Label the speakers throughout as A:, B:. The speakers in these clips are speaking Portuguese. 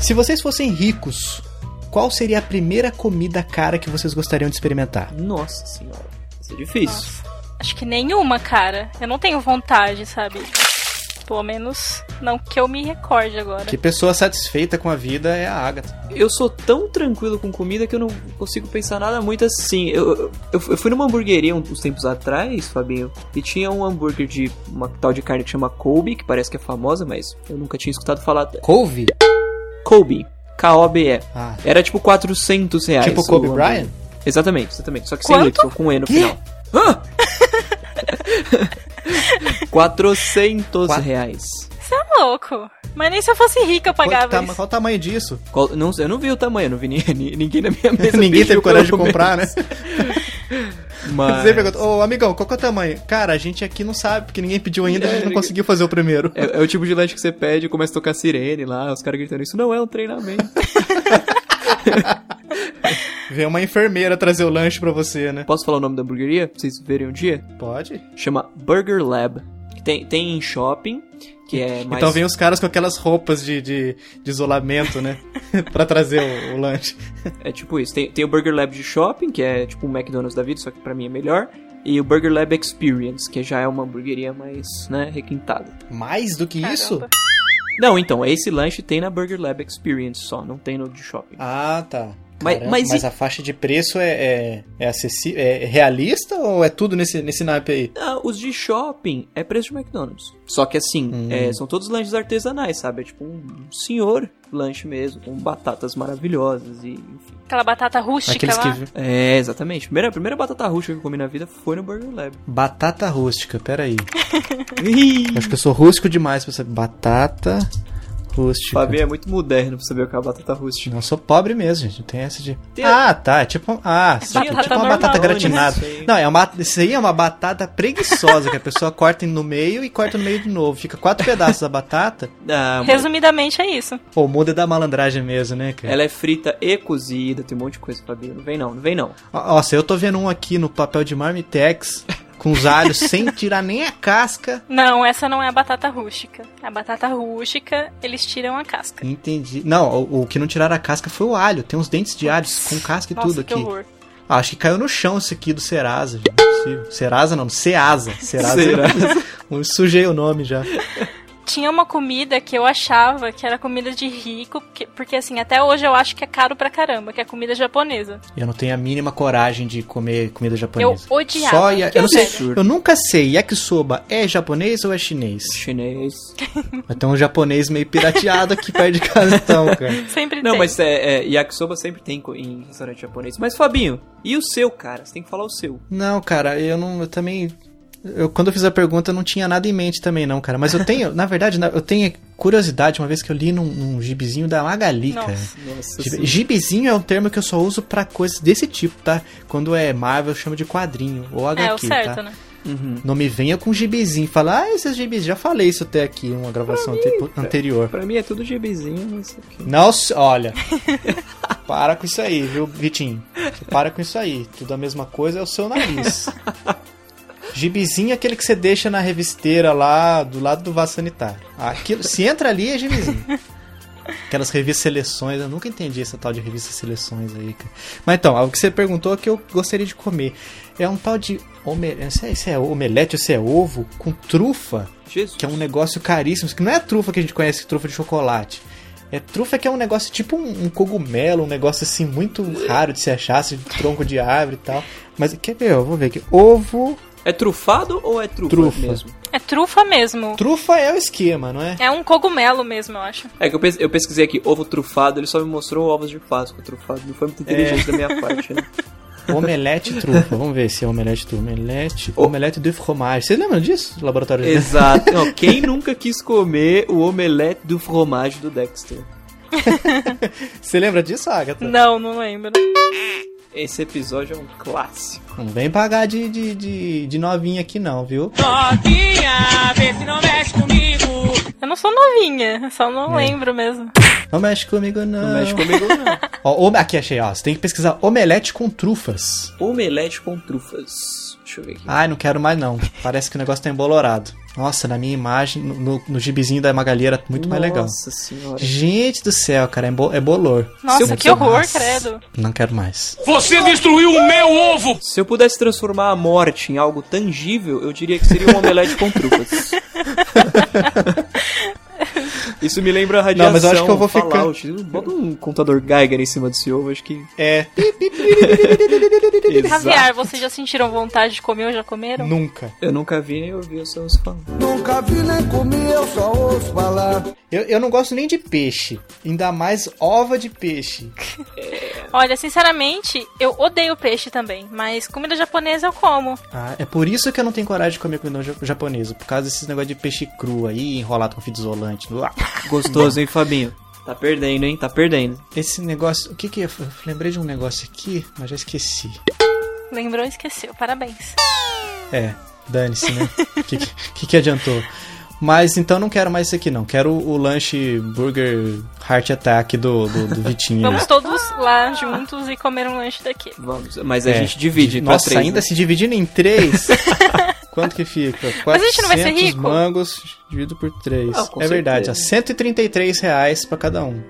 A: Se vocês fossem ricos, qual seria a primeira comida cara que vocês gostariam de experimentar?
B: Nossa senhora, isso é difícil. Nossa.
C: Acho que nenhuma, cara. Eu não tenho vontade, sabe? Pelo menos não que eu me recorde agora.
A: Que pessoa satisfeita com a vida é a Agatha.
B: Eu sou tão tranquilo com comida que eu não consigo pensar nada muito assim. Eu, eu, eu fui numa hamburgueria um, uns tempos atrás, Fabinho, e tinha um hambúrguer de uma tal de carne que chama Kobe, que parece que é famosa, mas eu nunca tinha escutado falar.
A: Couve?
B: Kobe. K-O-B-E. Ah. Era tipo 400 reais.
A: Tipo Kobe Bryant?
B: Exatamente, exatamente. Só que Quanto? sem Y, com um E no final. Hã? 400 Quatro... reais.
C: Você é louco. Mas nem se eu fosse rica eu pagava
A: qual,
C: isso.
A: Qual o tamanho disso?
B: Qual, não, eu não vi o tamanho, não vi ninguém, ninguém na minha mesa.
A: ninguém teve coragem de comprar, né?
B: Ah,
A: Mas... Você pergunta, ô oh, amigão, qual que é o tamanho? Cara, a gente aqui não sabe, porque ninguém pediu ainda, é, a gente não conseguiu fazer o primeiro.
B: É, é o tipo de lanche que você pede, começa a tocar sirene lá, os caras gritando, isso não é um treinamento.
A: Vem uma enfermeira trazer o lanche pra você, né?
B: Posso falar o nome da hamburgueria? Pra vocês verem um dia?
A: Pode.
B: Chama Burger Lab. Tem, tem em shopping, que é mais...
A: Então vem os caras com aquelas roupas de, de, de isolamento, né? pra trazer o, o, lanche.
B: É tipo isso. Tem, tem o Burger Lab de shopping, que é tipo o McDonald's da vida, só que pra mim é melhor. E o Burger Lab Experience, que já é uma hamburgueria mais, né, requintada.
A: Mais do que Caramba. isso?
B: Não, então, esse lanche tem na Burger Lab Experience só, não tem no de shopping.
A: Ah, tá.
B: Mas,
A: Caramba, mas, mas, a faixa de preço é, é, é, acessível, é realista ou é tudo nesse, nesse naipe aí?
B: Não, Ah, os de shopping é preço de McDonald's. Só que assim, hum. é, são todos lanches artesanais, sabe? É tipo um senhor lanche mesmo, com batatas maravilhosas e enfim.
C: Aquela batata rústica Aqueles lá.
B: Que... É, exatamente. A primeira, a primeira batata rústica que eu comi na vida foi no Burger Lab.
A: Batata rústica, peraí. Acho que eu sou rústico demais pra saber. Batata rústica.
B: Fabinho é muito moderno pra saber o que é a batata rústica.
A: Não, sou pobre mesmo, gente. Não tem essa de. Tem ah, a... tá. É tipo, ah, é tipo, tipo normal, uma batata gratinada. Não, não, é uma, isso aí é uma batata preguiçosa que a pessoa corta no meio e corta no meio de novo. Fica quatro pedaços da batata.
C: Ah, Resumidamente é isso.
A: Pô, muda da malandragem mesmo, né, cara?
B: Ela é frita e cozida, tem um monte de coisa, Fabinho. Não vem não, não vem não.
A: Nossa, eu tô vendo um aqui no papel de marmitex. com os alhos sem tirar nem a casca.
C: Não, essa não é a batata rústica. A batata rústica, eles tiram a casca.
A: Entendi. Não, o, o que não tiraram a casca foi o alho. Tem uns dentes de alho com casca e
C: Nossa,
A: tudo aqui.
C: Horror.
A: Ah, acho que caiu no chão isso aqui do Serasa. Já. Não é possível. Serasa não, Ceasa. Serasa. Serasa. Sujei o nome já.
C: Tinha uma comida que eu achava que era comida de rico, porque, porque assim, até hoje eu acho que é caro pra caramba, que é comida japonesa.
A: Eu não tenho a mínima coragem de comer comida japonesa.
C: Eu odiava. Só
A: ia... eu, não sei, eu nunca sei, yakisoba é japonês ou é chinês?
B: Chinês.
A: Mas tem um japonês meio pirateado aqui perto de casa então, cara.
C: Sempre
B: não,
C: tem.
B: mas é, é, yakisoba sempre tem em restaurante japonês. Mas, Fabinho, e o seu, cara? Você tem que falar o seu.
A: Não, cara, eu não... Eu também... Eu, quando eu fiz a pergunta, eu não tinha nada em mente também, não, cara. Mas eu tenho, na verdade, eu tenho curiosidade, uma vez que eu li num, num gibizinho da Magali,
C: nossa,
A: cara.
B: Nossa,
A: Gib, gibizinho é um termo que eu só uso para coisas desse tipo, tá? Quando é Marvel, eu chamo de quadrinho, ou HQ,
C: é, o certo,
A: tá?
C: Né?
A: Uhum. Não me venha com gibizinho. Fala, ah, esses gibis. Já falei isso até aqui, uma gravação
B: pra mim,
A: anterior.
B: Pra, pra mim é tudo gibizinho. é Isso aqui.
A: Nossa, olha. para com isso aí, viu, Vitinho? Para com isso aí. Tudo a mesma coisa é o seu nariz. Gibizinho é aquele que você deixa na revisteira lá do lado do vaso sanitário. Aquilo, se entra ali, é gibizinho. Aquelas revistas seleções, eu nunca entendi essa tal de revista seleções aí, cara. Mas então, o que você perguntou é que eu gostaria de comer. É um tal de. Ome... Isso é omelete, isso é ovo com trufa.
B: Jesus.
A: Que é um negócio caríssimo. Que não é a trufa que a gente conhece, trufa de chocolate. É trufa que é um negócio tipo um, um, cogumelo, um negócio assim muito raro de se achar, assim, de tronco de árvore e tal. Mas quer ver? Eu vou ver aqui. Ovo
B: é trufado ou é trufa, trufa, mesmo?
C: É trufa mesmo.
A: Trufa é o esquema, não é?
C: É um cogumelo mesmo, eu acho.
A: Tá.
B: É que eu, pes eu pesquisei aqui ovo trufado, ele só me mostrou ovos de Páscoa trufado. Não foi muito inteligente é. da minha parte, né?
A: Omelete trufa, vamos ver se é omelete trufa. Omelete, oh. omelete de fromage. Vocês lembram disso? Laboratório de
B: Exato. não, quem nunca quis comer o omelete do fromage do Dexter?
A: Você lembra disso, Agatha?
C: Não, não lembro.
B: Esse episódio é um clássico.
A: Não vem pagar de, de, de, de novinha aqui não, viu?
C: Novinha, vê se não mexe comigo. Eu não sou novinha, só não é. lembro mesmo.
A: Não mexe comigo, não.
B: Não mexe comigo, não.
A: Ó, ome- aqui achei, ó. Você tem que pesquisar omelete com trufas.
B: Omelete com trufas. Deixa eu ver aqui.
A: Ai, não quero mais não. Parece que o negócio tá embolorado. Nossa, na minha imagem, no, no, no gibizinho da Magalheira, muito mais legal.
B: Nossa senhora.
A: Gente do céu, cara, é, bo- é bolor.
C: Nossa,
A: Deve
C: que
A: ser-
C: horror,
A: Nossa,
C: credo.
A: Não quero mais.
D: Você destruiu o meu ovo!
B: Se eu pudesse transformar a morte em algo tangível, eu diria que seria um omelete com trufas. Isso me lembra a radiação.
A: Não,
B: um
A: mas eu acho que eu vou ficar-
B: Fallout. Bota um contador Geiger em cima desse ovo, acho que...
A: É,
B: Exato.
C: Caviar, vocês já sentiram vontade de comer ou já comeram?
A: nunca.
B: Eu nunca vi nem ouvi os seus fãs.
E: Nunca vi nem comi, eu só ouço falar.
A: Eu, eu não gosto nem de peixe. Ainda mais ova de peixe.
C: Olha, sinceramente, eu odeio peixe também, mas comida japonesa eu como.
A: Ah, é por isso que eu não tenho coragem de comer comida ja- japonesa. Por causa desses negócios de peixe cru aí, enrolado com fita isolante. Uá.
B: Gostoso, hein, Fabinho? Tá perdendo, hein? Tá perdendo.
A: Esse negócio. O que que. é? Eu lembrei de um negócio aqui, mas já esqueci.
C: Lembrou e esqueceu, parabéns.
A: É, dane-se, né? O que, que, que adiantou? Mas então não quero mais isso aqui, não. Quero o lanche Burger Heart Attack do, do, do Vitinho.
C: Vamos todos lá juntos e comer um lanche daqui.
B: Vamos, mas a
A: É.
B: gente divide pra
A: Nossa,
B: três.
A: ainda
B: né?
A: se dividindo em três? Quanto que fica?
C: Mas a gente não vai ser
A: 400
C: rico?
A: mangos dividido por três.
B: Ah, com
A: é verdade, ó,
B: certeza.
A: 133 reais pra cada um.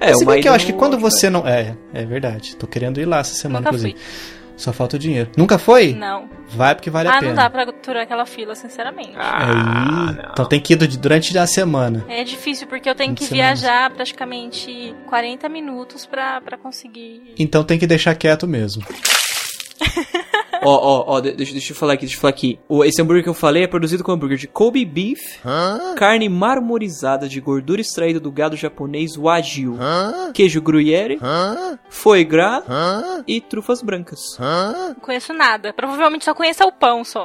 B: É,
A: Se
B: uma
A: bem que eu
B: ida
A: acho que
B: no
A: quando
B: outro,
A: você não... É, é verdade. Tô querendo ir lá essa semana,
C: Nunca fui.
A: inclusive. Só falta o dinheiro. Nunca foi?
C: Não.
A: Vai porque vale a
C: ah,
A: pena. É
C: não dá Ah, pra aturar aquela fila, sinceramente.
B: Ah.
A: Aí, então tem que ir du- durante a semana.
C: É difícil, porque eu tenho
A: Muito
C: que
A: semanas.
C: viajar praticamente 40 minutos pra, pra conseguir.
A: Então tem que deixar quieto mesmo.
B: Ó, ó, ó, de- deixa, deixa eu falar aqui, deixa eu falar aqui. O, esse hambúrguer que eu falei é produzido com hambúrguer de Kobe Beef, carne marmorizada de gordura extraída do gado japonês Wagyu, queijo gruyere, foie gras e trufas brancas.
C: Não conheço nada. Provavelmente só conheço o pão só.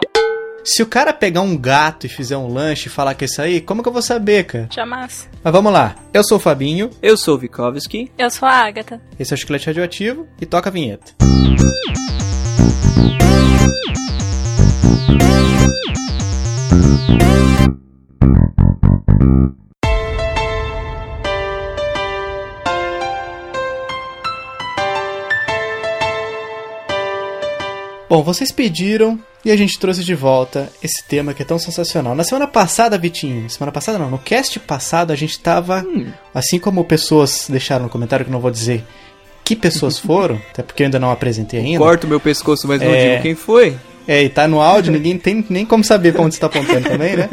A: Se o cara pegar um gato e fizer um lanche e falar que é isso aí, como que eu vou saber, cara?
C: Jamais.
A: Mas vamos lá. Eu sou o Fabinho,
B: Eu sou o Vikovski.
C: Eu sou a Agatha.
A: esse é o Chiclete Radioativo e toca a vinheta. Bom, vocês pediram e a gente trouxe de volta esse tema que é tão sensacional. Na semana passada, Vitinho, semana passada não, no cast passado a gente tava, assim como pessoas deixaram no comentário que eu não vou dizer que pessoas foram, até porque eu ainda não apresentei ainda.
B: Corto meu pescoço, mas não
A: É.
B: digo quem foi.
A: É, e tá no áudio, ninguém tem nem como saber pra onde você tá apontando também, né?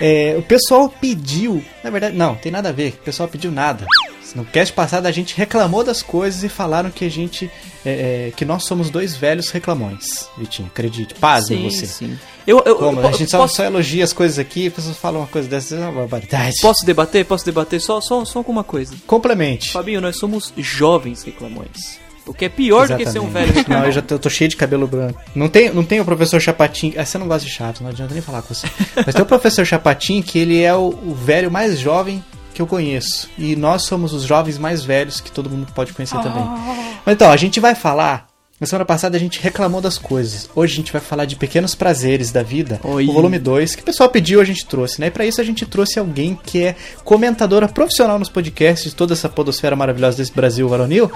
A: É, o pessoal pediu, na verdade, não, tem nada a ver, o pessoal pediu nada. No cast passado a gente reclamou das coisas e falaram que a gente, é, é, que nós somos dois velhos reclamões, Vitinho, acredite, paz em
B: sim,
A: você.
B: sim. Eu, eu,
A: Como?
B: eu-
A: A gente
B: eu
A: só,
B: posso,
A: só elogia as coisas aqui, as pessoas falam uma coisa dessas, é uma barbaridade.
B: posso debater? Posso debater? Só, só, só com uma coisa.
A: Complemente.
B: Fabinho, nós somos jovens reclamões. O que é pior do que ser um velho
A: Exatamente.
B: reclamão.
A: Não, eu já tô, eu tô cheio de cabelo branco. Não tem, não tem o professor Chapatin. Ah, você não gosta de chato, não adianta nem falar com você. Mas tem o professor Chapatin, que ele é o, o velho mais jovem que eu conheço. E nós somos os jovens mais velhos que todo mundo pode conhecer também.
B: Ah.
A: Mas então, a gente vai falar. Na semana passada a gente reclamou das coisas. Hoje a gente vai falar de pequenos prazeres da vida.
B: Oi.
A: O volume 2, que o pessoal pediu, a gente trouxe, né? E pra isso a gente trouxe alguém que é comentadora profissional nos podcasts, toda essa podosfera maravilhosa desse Brasil varonil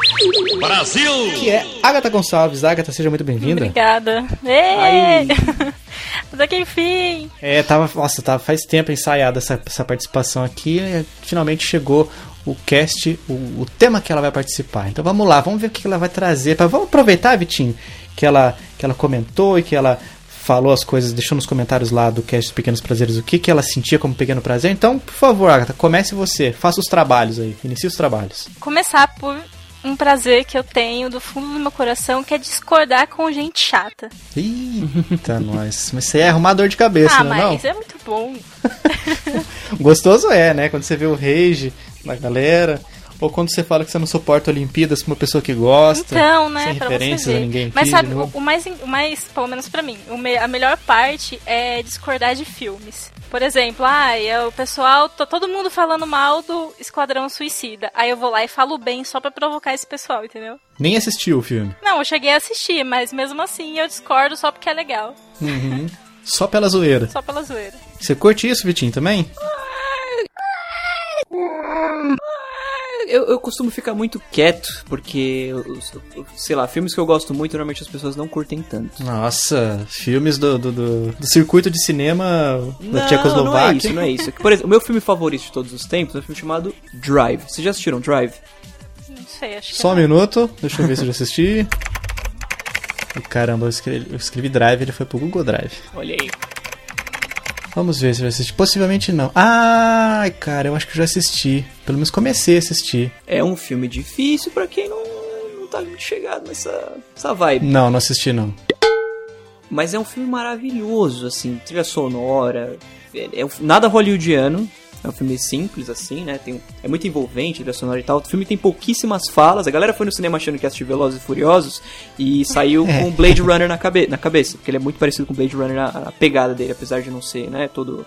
D: Brasil!
A: que é Agatha Gonçalves. Agatha, seja muito bem-vinda.
C: Obrigada.
B: Ai.
C: Ei! Até que enfim!
A: É, tava, nossa, tava faz tempo ensaiada essa, essa participação aqui e eh, finalmente chegou o cast, o, o tema que ela vai participar. Então vamos lá, vamos ver o que ela vai trazer. Pra, vamos aproveitar, Vitinho, que ela, que ela comentou e que ela falou as coisas, deixou nos comentários lá do cast Pequenos Prazeres o que, que ela sentia como pequeno prazer. Então, por favor, Agatha, comece você, faça os trabalhos aí, inicie os trabalhos.
C: Começar por um prazer que eu tenho do fundo do meu coração, que é discordar com gente chata.
A: Eita, nós. Mas você é arrumar dor de cabeça,
C: ah,
A: não é não?
C: mas é muito bom.
A: Gostoso é, né? Quando você vê o rage da galera. Ou quando você fala que você não suporta Olimpíadas pra uma pessoa que gosta.
C: Então, né,
A: Sem
C: pra
A: referências
C: você ver.
A: a ninguém
C: Mas
A: aqui,
C: sabe,
A: de
C: o,
A: novo.
C: o mais, o mais, pelo menos pra mim, o me- a melhor parte é discordar de filmes. Por exemplo, ai, é o pessoal, tá todo mundo falando mal do Esquadrão Suicida. Aí eu vou lá e falo bem só pra provocar esse pessoal, entendeu?
A: Nem assistiu o filme.
C: Não, eu cheguei a assistir, mas mesmo assim eu discordo só porque é legal,
A: Só pela zoeira.
C: só pela zoeira.
A: Você curte isso, Vitinho, também?
B: eu, eu costumo ficar muito quieto, porque, os- sei lá, filmes que eu gosto muito, normalmente as pessoas não curtem tanto.
A: Nossa, filmes do, do, do- do circuito de cinema da
B: não é isso,
A: Tchecoslováquia.
B: não é isso. Por exemplo, o meu filme favorito de todos os tempos é um filme chamado Drive. Vocês já assistiram Drive?
C: Não sei, acho que
A: Só um
C: não. é
A: minuto, deixa eu ver se eu já assisti. E Caramba, eu escrevi, eu escrevi Drive, ele foi pro Google Drive.
B: Olha aí.
A: Vamos ver se eu já assisti. Possivelmente não. Ai, cara, eu acho que eu já assisti. Pelo menos comecei a assistir.
B: É um filme difícil pra quem não, não tá muito chegado nessa, nessa vibe.
A: Não, não assisti não.
B: Mas é um filme maravilhoso, assim, trilha sonora, é, é um- nada hollywoodiano. É um filme simples, assim, né? Tem, é muito envolvente, trilha sonora e tal. O filme tem pouquíssimas falas. A galera foi no cinema achando que ia assistir Velozes e Furiosos e saiu com Blade Runner na, cabe, na cabeça. Porque ele é muito parecido com Blade Runner, na, na pegada dele, apesar de não ser, né? Todo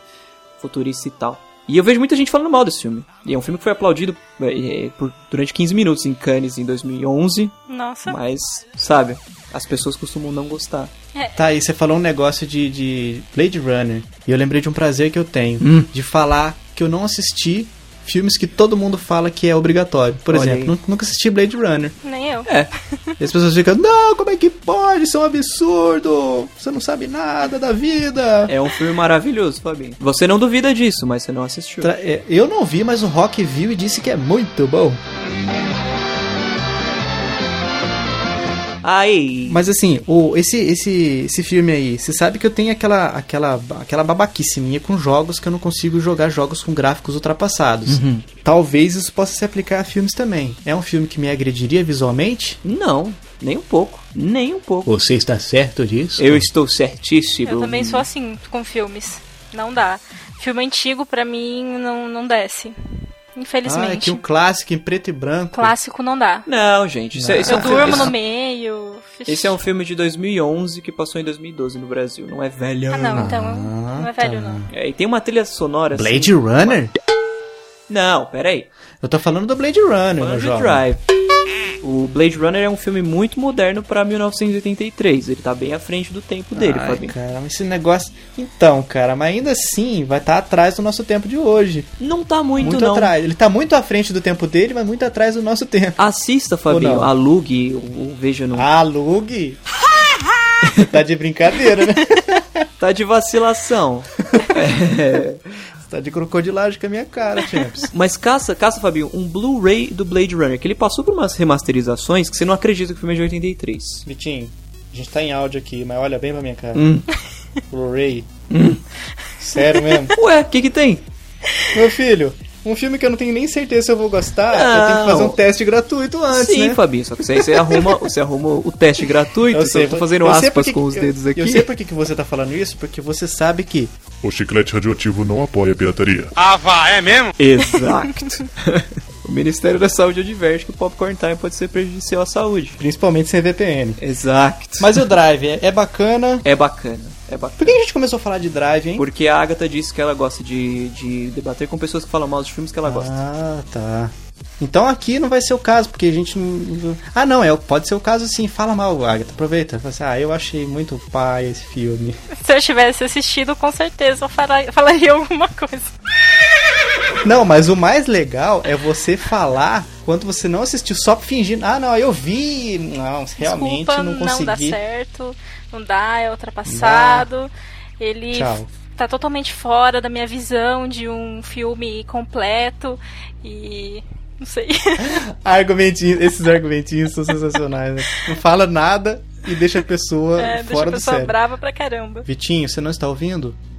B: futurista e tal. E eu vejo muita gente falando mal desse filme. E é um filme que foi aplaudido eh, por, durante 15 minutos em Cannes em 2011.
C: é. Nossa.
B: Mas, sabe, as pessoas costumam não gostar.
A: Tá, aí você falou um negócio de, de Blade Runner. E eu lembrei de um prazer que eu tenho.
B: Hum.
A: De falar que eu não assisti filmes que todo mundo fala que é obrigatório. Por
B: Olha
A: exemplo,
B: aí.
A: nu- nunca assisti Blade Runner.
C: Nem eu.
B: É,
A: E as pessoas ficam, não, como é que pode? Isso é um absurdo! Você não sabe nada da vida!
B: É um filme maravilhoso, Fabinho. Você não duvida disso, mas você não assistiu.
A: Tra- é, Eu não vi, mas o Rock viu e disse que é muito bom.
B: Aí.
A: Mas assim, o, esse, esse, esse filme aí, você sabe que eu tenho aquela, aquela, aquela babaquice minha com jogos que eu não consigo jogar jogos com gráficos ultrapassados. Talvez isso possa se aplicar a filmes também. É um filme que me agrediria visualmente?
B: Não, nem um pouco. Nem um pouco.
A: Você está certo disso? Ah,
B: Eu estou certíssimo.
C: Eu também sou assim com filmes. Não dá. Filme antigo, pra mim, não, não desce.
A: Ah, é
C: Infelizmente.
A: que um clássico em preto e branco.
C: Clássico não dá.
B: Não, gente. Isso, é- isso é
C: Eu
B: um filme,
C: durmo
B: esse,
C: no meio.
B: esse é um filme de 2011 que passou em 2012 no Brasil. Não é velho.
C: Ah, não, então. Não é velho,
A: tá.
C: não.
B: É, e tem uma trilha sonora assim-
A: Blade Runner?
B: Não, peraí.
A: Eu tô falando do Blade Runner, meu
B: Blade
A: jovem.
B: Drive. O Blade Runner é um filme muito moderno pra 1983. Ele tá bem à frente do tempo dele,
A: Ai,
B: Fabinho.
A: cara, mas esse negócio. Então, cara, mas ainda assim vai estar atrás do nosso tempo de hoje.
B: Não tá muito,
A: Muito,
B: não.
A: atrás. Ele tá muito à frente do tempo dele, mas muito atrás do nosso tempo.
B: Assista, Fabinho.
A: não?
B: Alugue ou ou veja no
A: Ah, Lug! tá de brincadeira, né?
B: Tá de vacilação. É.
A: Você tá de crocodilagem com a minha cara, Champs.
B: Mas caça, caça, Fabinho, um Blu-ray do Blade Runner, que ele passou por umas remasterizações que você não acredita que o filme é de 83.
A: Vitinho, a gente tá em áudio aqui, mas olha bem pra minha cara.
B: Hum.
A: Blu-ray. Sério mesmo?
B: Ué, o que que tem?
A: Meu filho, um filme que eu não tenho nem certeza se eu vou gostar, eu tenho que
B: Não.
A: fazer um teste gratuito antes,
B: Sim,
A: né?
B: Fabinho, só que você, você, arruma, você arruma o teste gratuito, eu, tô fazendo
A: eu sei
B: aspas
A: porque-
B: com os
A: eu-
B: dedos aqui.
A: Eu sei por que que você tá falando isso, porque você sabe que
F: O chiclete radioativo não apoia a pirataria.
D: Ah, vá, é mesmo?
B: Exato. o Ministério da Saúde adverte que o popcorn time pode ser prejudicial à saúde.
A: Principalmente sem VPN.
B: Exato.
A: Mas e o Drive é, é bacana.
B: É bacana, é bacana.
A: Por que a gente começou a falar de Drive, hein?
B: Porque a Agatha disse que ela gosta de, de debater com pessoas que falam mal dos filmes que ela gosta.
A: Ah, tá. Então aqui não vai ser o caso, porque a gente não. Ah, não, é, pode ser o caso sim. Fala mal, Agatha. Aproveita. Fala assim, ah, eu achei muito pai esse filme.
C: Se eu tivesse assistido, com certeza eu fara- falaria alguma coisa.
A: Não, mas o mais legal é você falar quando você não assistiu, só fingindo. Ah, não, eu vi. Não, realmente
C: Desculpa,
A: não
C: dá
A: consegui.
C: certo. Não dá, é ultrapassado. Ele
A: Tchau.
C: tá totalmente fora da minha visão de um filme completo. E. Não sei.
A: Argumentinho, esses argumentinhos são sensacionais. Né? Não fala nada e deixa a pessoa
C: É, deixa
A: fora
C: a
A: do
C: pessoa
A: sério.
C: brava pra caramba.
A: Vitinho, você não está ouvindo? Ah.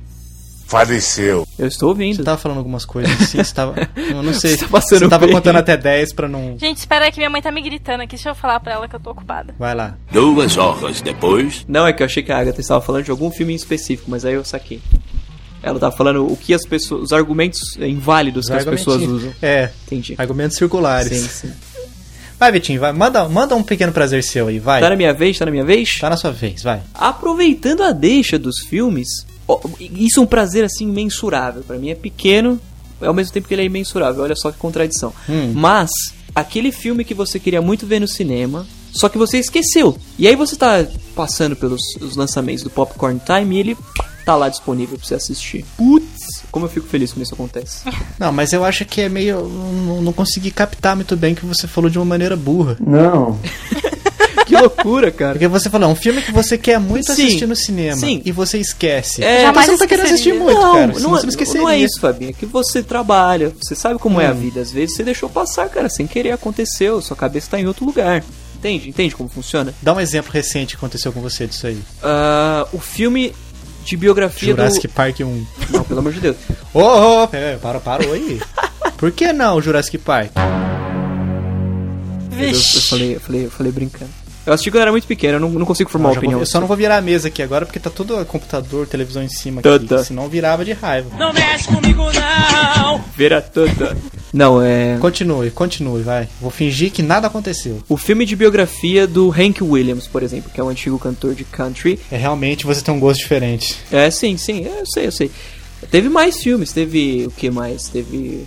F: Faleceu.
B: Eu estou ouvindo.
A: Você tava falando algumas coisas assim, você tava. Eu não sei.
B: Você tá passando
A: você tava
B: bem.
A: contando até 10 pra não.
C: Gente, espera aí que minha mãe tá me gritando aqui. Deixa eu falar pra ela que eu tô ocupada.
A: Vai lá.
G: Duas horas depois.
B: Não, é que eu achei que a Agatha estava falando de algum filme em específico, mas aí eu saquei. Ela tava falando o que as pessoas. os argumentos inválidos
A: Os
B: que as pessoas
A: argumentinhos.
B: usam.
A: É,
B: Entendi.
A: argumentos circulares.
B: Sim, sim.
A: Vai, Vitinho, vai. Manda, manda um pequeno prazer seu aí, vai.
B: Tá na minha vez? Tá na minha vez?
A: Tá na sua vez, vai.
B: Aproveitando a deixa dos filmes, ó, isso é um prazer assim imensurável. Pra mim é pequeno, ao mesmo tempo que ele é imensurável. Olha só que contradição. Mas aquele filme que você queria muito ver no cinema, só que você esqueceu. E aí você tá passando pelos os lançamentos do Popcorn Time e ele tá lá disponível pra você assistir. Putz, Como eu fico feliz quando isso acontece.
A: Não, mas eu acho que é meio. Não, não consegui captar muito bem que você falou de uma maneira burra.
H: Não.
B: que loucura, cara.
A: Porque você falou, é um filme que você quer muito
B: Sim,
A: assistir no cinema.
B: sim.
A: E você esquece.
B: É,
A: então
C: Jamais
A: você não tá querendo assistir
C: esqueceria.
A: muito,
B: não,
A: cara. senão
B: não,
A: você
B: é,
A: esqueceria. Hum.
B: não é isso, Fabinho. É que você trabalha, você sabe como é a vida. Às vezes você deixou passar, cara, sem querer aconteceu, sua cabeça tá em outro lugar. Entende? Entende como funciona?
A: Dá um exemplo recente que aconteceu com você disso aí.
B: Ah, o filme de biografia
A: Jurassic Park 1.
B: do. Não, pelo amor de Deus.
A: Ô, oh, parou, parou aí. Por que não Jurassic Park?
B: Meu Deus, Eu, falei, eu falei, eu falei brincando. Eu assisti quando eu era muito pequeno, eu não, não consigo formar
A: Eu Ah, já
B: opinião.
A: vou- eu só não vou virar a mesa aqui agora porque tá tudo computador, televisão em cima
B: Tá,
A: aqui.
B: tá.
A: Senão virava de raiva.
B: Vira toda. Não, é.
A: Continue, continue, vai. Vou fingir que nada aconteceu.
B: O filme de biografia do Hank Williams, por exemplo, que é um antigo cantor de country.
A: É realmente você tem um gosto diferente.
B: É, sim, sim, é, eu sei, eu sei. Teve mais filmes, teve o que mais? Teve.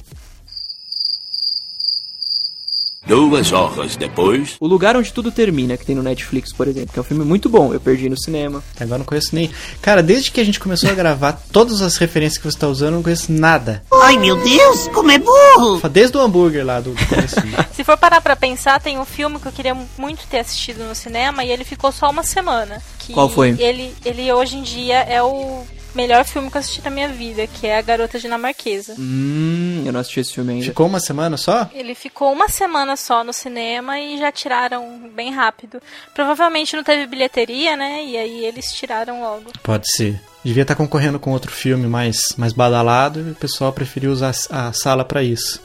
G: Duas horas depois.
B: O Lugar Onde Tudo Termina, que tem no Netflix, por exemplo, que é um filme muito bom. Eu perdi no cinema.
A: Agora eu não conheço nem. Cara, desde que a gente começou a gravar todas as referências que você tá usando, eu não conheço nada.
I: Ai meu Deus, como é burro!
A: Desde o hambúrguer lá do. do começo.
C: Se for parar pra pensar, tem um filme que eu queria muito ter assistido no cinema e ele ficou só uma semana. Que
B: Qual foi?
C: Ele, ele hoje em dia é o melhor filme que eu assisti na minha vida, que é A Garota Dinamarquesa.
B: Hum, eu não assisti esse filme ainda.
A: Ficou uma semana só?
C: Ele ficou uma semana só no cinema e já tiraram bem rápido. Provavelmente não teve bilheteria, né? E aí eles tiraram logo.
A: Pode ser. Devia estar concorrendo com outro filme mais, mais badalado e o pessoal preferiu usar a sala pra isso.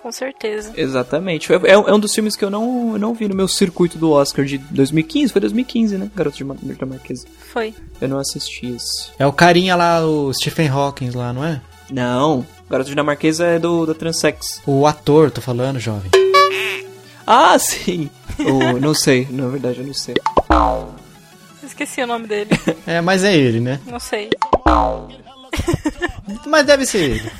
C: Com certeza.
B: Exatamente. É, é um- é um dos filmes que eu não, eu não vi no meu circuito do Oscar de 2015. Foi 2015, né? Garoto de Ma- Dinamarquesa.
C: Foi.
B: Eu não assisti esse.
A: É o carinha lá, o Stephen Hawking lá, não é?
B: Não. Garoto Dinamarquesa é do da Transex.
A: O ator, tô falando, jovem.
B: Ah, sim! Ou, não sei, na verdade eu não sei.
C: Esqueci o nome dele.
A: É, mas é ele, né?
C: Não sei.
A: Mas deve ser ele.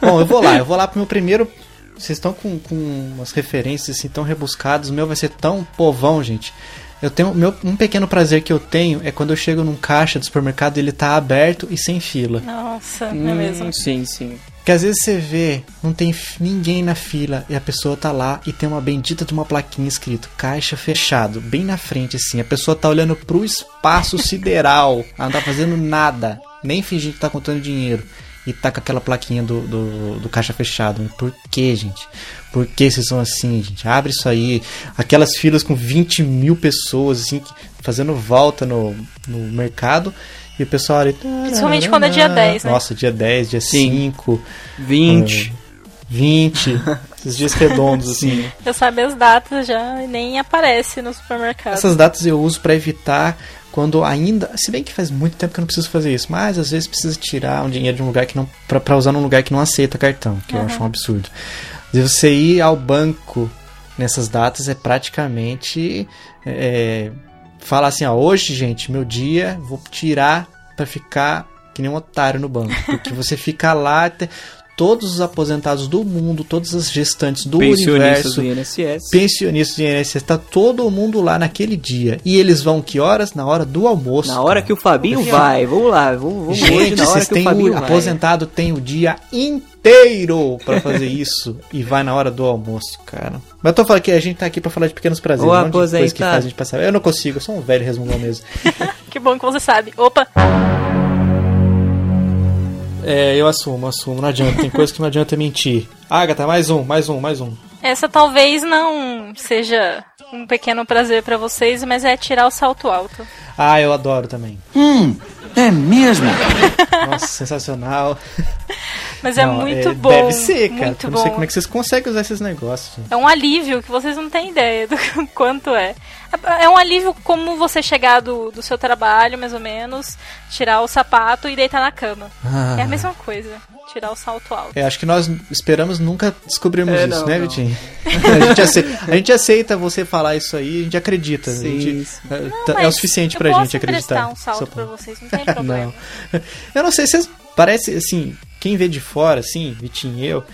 A: Bom, eu vou lá, eu vou lá pro meu primeiro. Vocês estão com, com umas referências assim tão rebuscadas, o meu vai ser tão povão, gente. Eu tenho meu, um pequeno prazer que eu tenho é quando eu chego num caixa do supermercado e ele tá aberto e sem fila.
C: Nossa, não é mesmo?
B: Hum, Sim, sim.
A: Porque às vezes você vê, não tem f- ninguém na fila e a pessoa tá lá e tem uma bendita de uma plaquinha escrito caixa fechado, bem na frente assim. A pessoa tá olhando pro espaço sideral, ela não tá fazendo nada, nem fingindo que tá contando dinheiro. E tá com aquela plaquinha do, do, do caixa fechado. Por que, gente? Por que vocês são assim, gente? Abre isso aí. Aquelas filas com 20 mil pessoas, assim, que- fazendo volta no, no mercado. E tá, o pessoal ali.
C: Principalmente quando é dia 10, né?
A: Nossa, dia 10, dia
B: Sim.
A: 5.
B: 20.
A: 20, esses dias redondos assim.
C: Eu sabia as datas já e nem aparece no supermercado.
A: Essas datas eu uso pra evitar quando ainda, se bem que faz muito tempo que eu não preciso fazer isso, mas às vezes precisa tirar um dinheiro de um lugar que não pra- pra usar num lugar que não aceita cartão, que eu acho um absurdo. E você ir ao banco nessas datas é praticamente é, falar assim, ó, hoje, gente, meu dia, vou tirar pra ficar que nem um otário no banco, porque você fica lá até todos os aposentados do mundo, todas as gestantes do
B: Pensionistas
A: universo,
B: do INSS.
A: pensionistas de INSS, tá todo mundo lá naquele dia. E eles vão que horas? Na hora do almoço.
B: Na hora que o Fabinho
A: Porque-
B: vai, vamos lá, vamos, vamos hoje,
A: Gente,
B: na hora
A: vocês
B: que o
A: têm o,
B: Fabinho vai.
A: aposentado tem o dia inteiro pra fazer isso e vai na hora do almoço, cara. Mas eu tô falando que a gente tá aqui pra falar de pequenos prazeres,
B: O
A: não de coisa que
B: aposentado.
A: faz a gente passar. Eu não consigo, eu sou um velho resmungão mesmo.
C: Que bom que você sabe. Opa,
A: É, eu assumo, assumo, não adianta, tem coisa que não adianta mentir. Agatha, mais um, mais um, mais um.
C: essa talvez não seja um pequeno prazer pra vocês, mas é tirar o salto alto.
A: Ah, eu adoro também.
H: É mesmo?
A: Nossa, sensacional.
C: Mas é
A: Não,
C: muito bom.
A: Deve ser, cara.
C: Muito
A: eu
C: bom.
A: não sei como é que vocês conseguem usar esses negócios.
C: É um alívio que vocês não têm ideia do quanto é. É um alívio como você chegar do, do seu trabalho, mais ou menos, tirar o sapato e deitar na cama.
A: Ah.
C: É a mesma coisa, tirar o salto alto.
A: É, acho que nós esperamos nunca descobrirmos
B: É,
A: isso,
B: não,
A: né,
B: não.
A: Vitinho? a, gente aceita, a gente aceita você falar isso aí, a gente acredita. a
B: Sim,
A: gente-
B: sim.
A: é, tá- é o
C: Mas
A: suficiente
C: eu
A: pra gente
C: posso
A: acreditar.
C: emprestar um salto
A: Só
C: pra
A: pra-
C: vocês, não tem problema.
A: não. Eu não sei, vocês. Parece assim, quem vê de fora, assim, Vitinho e eu,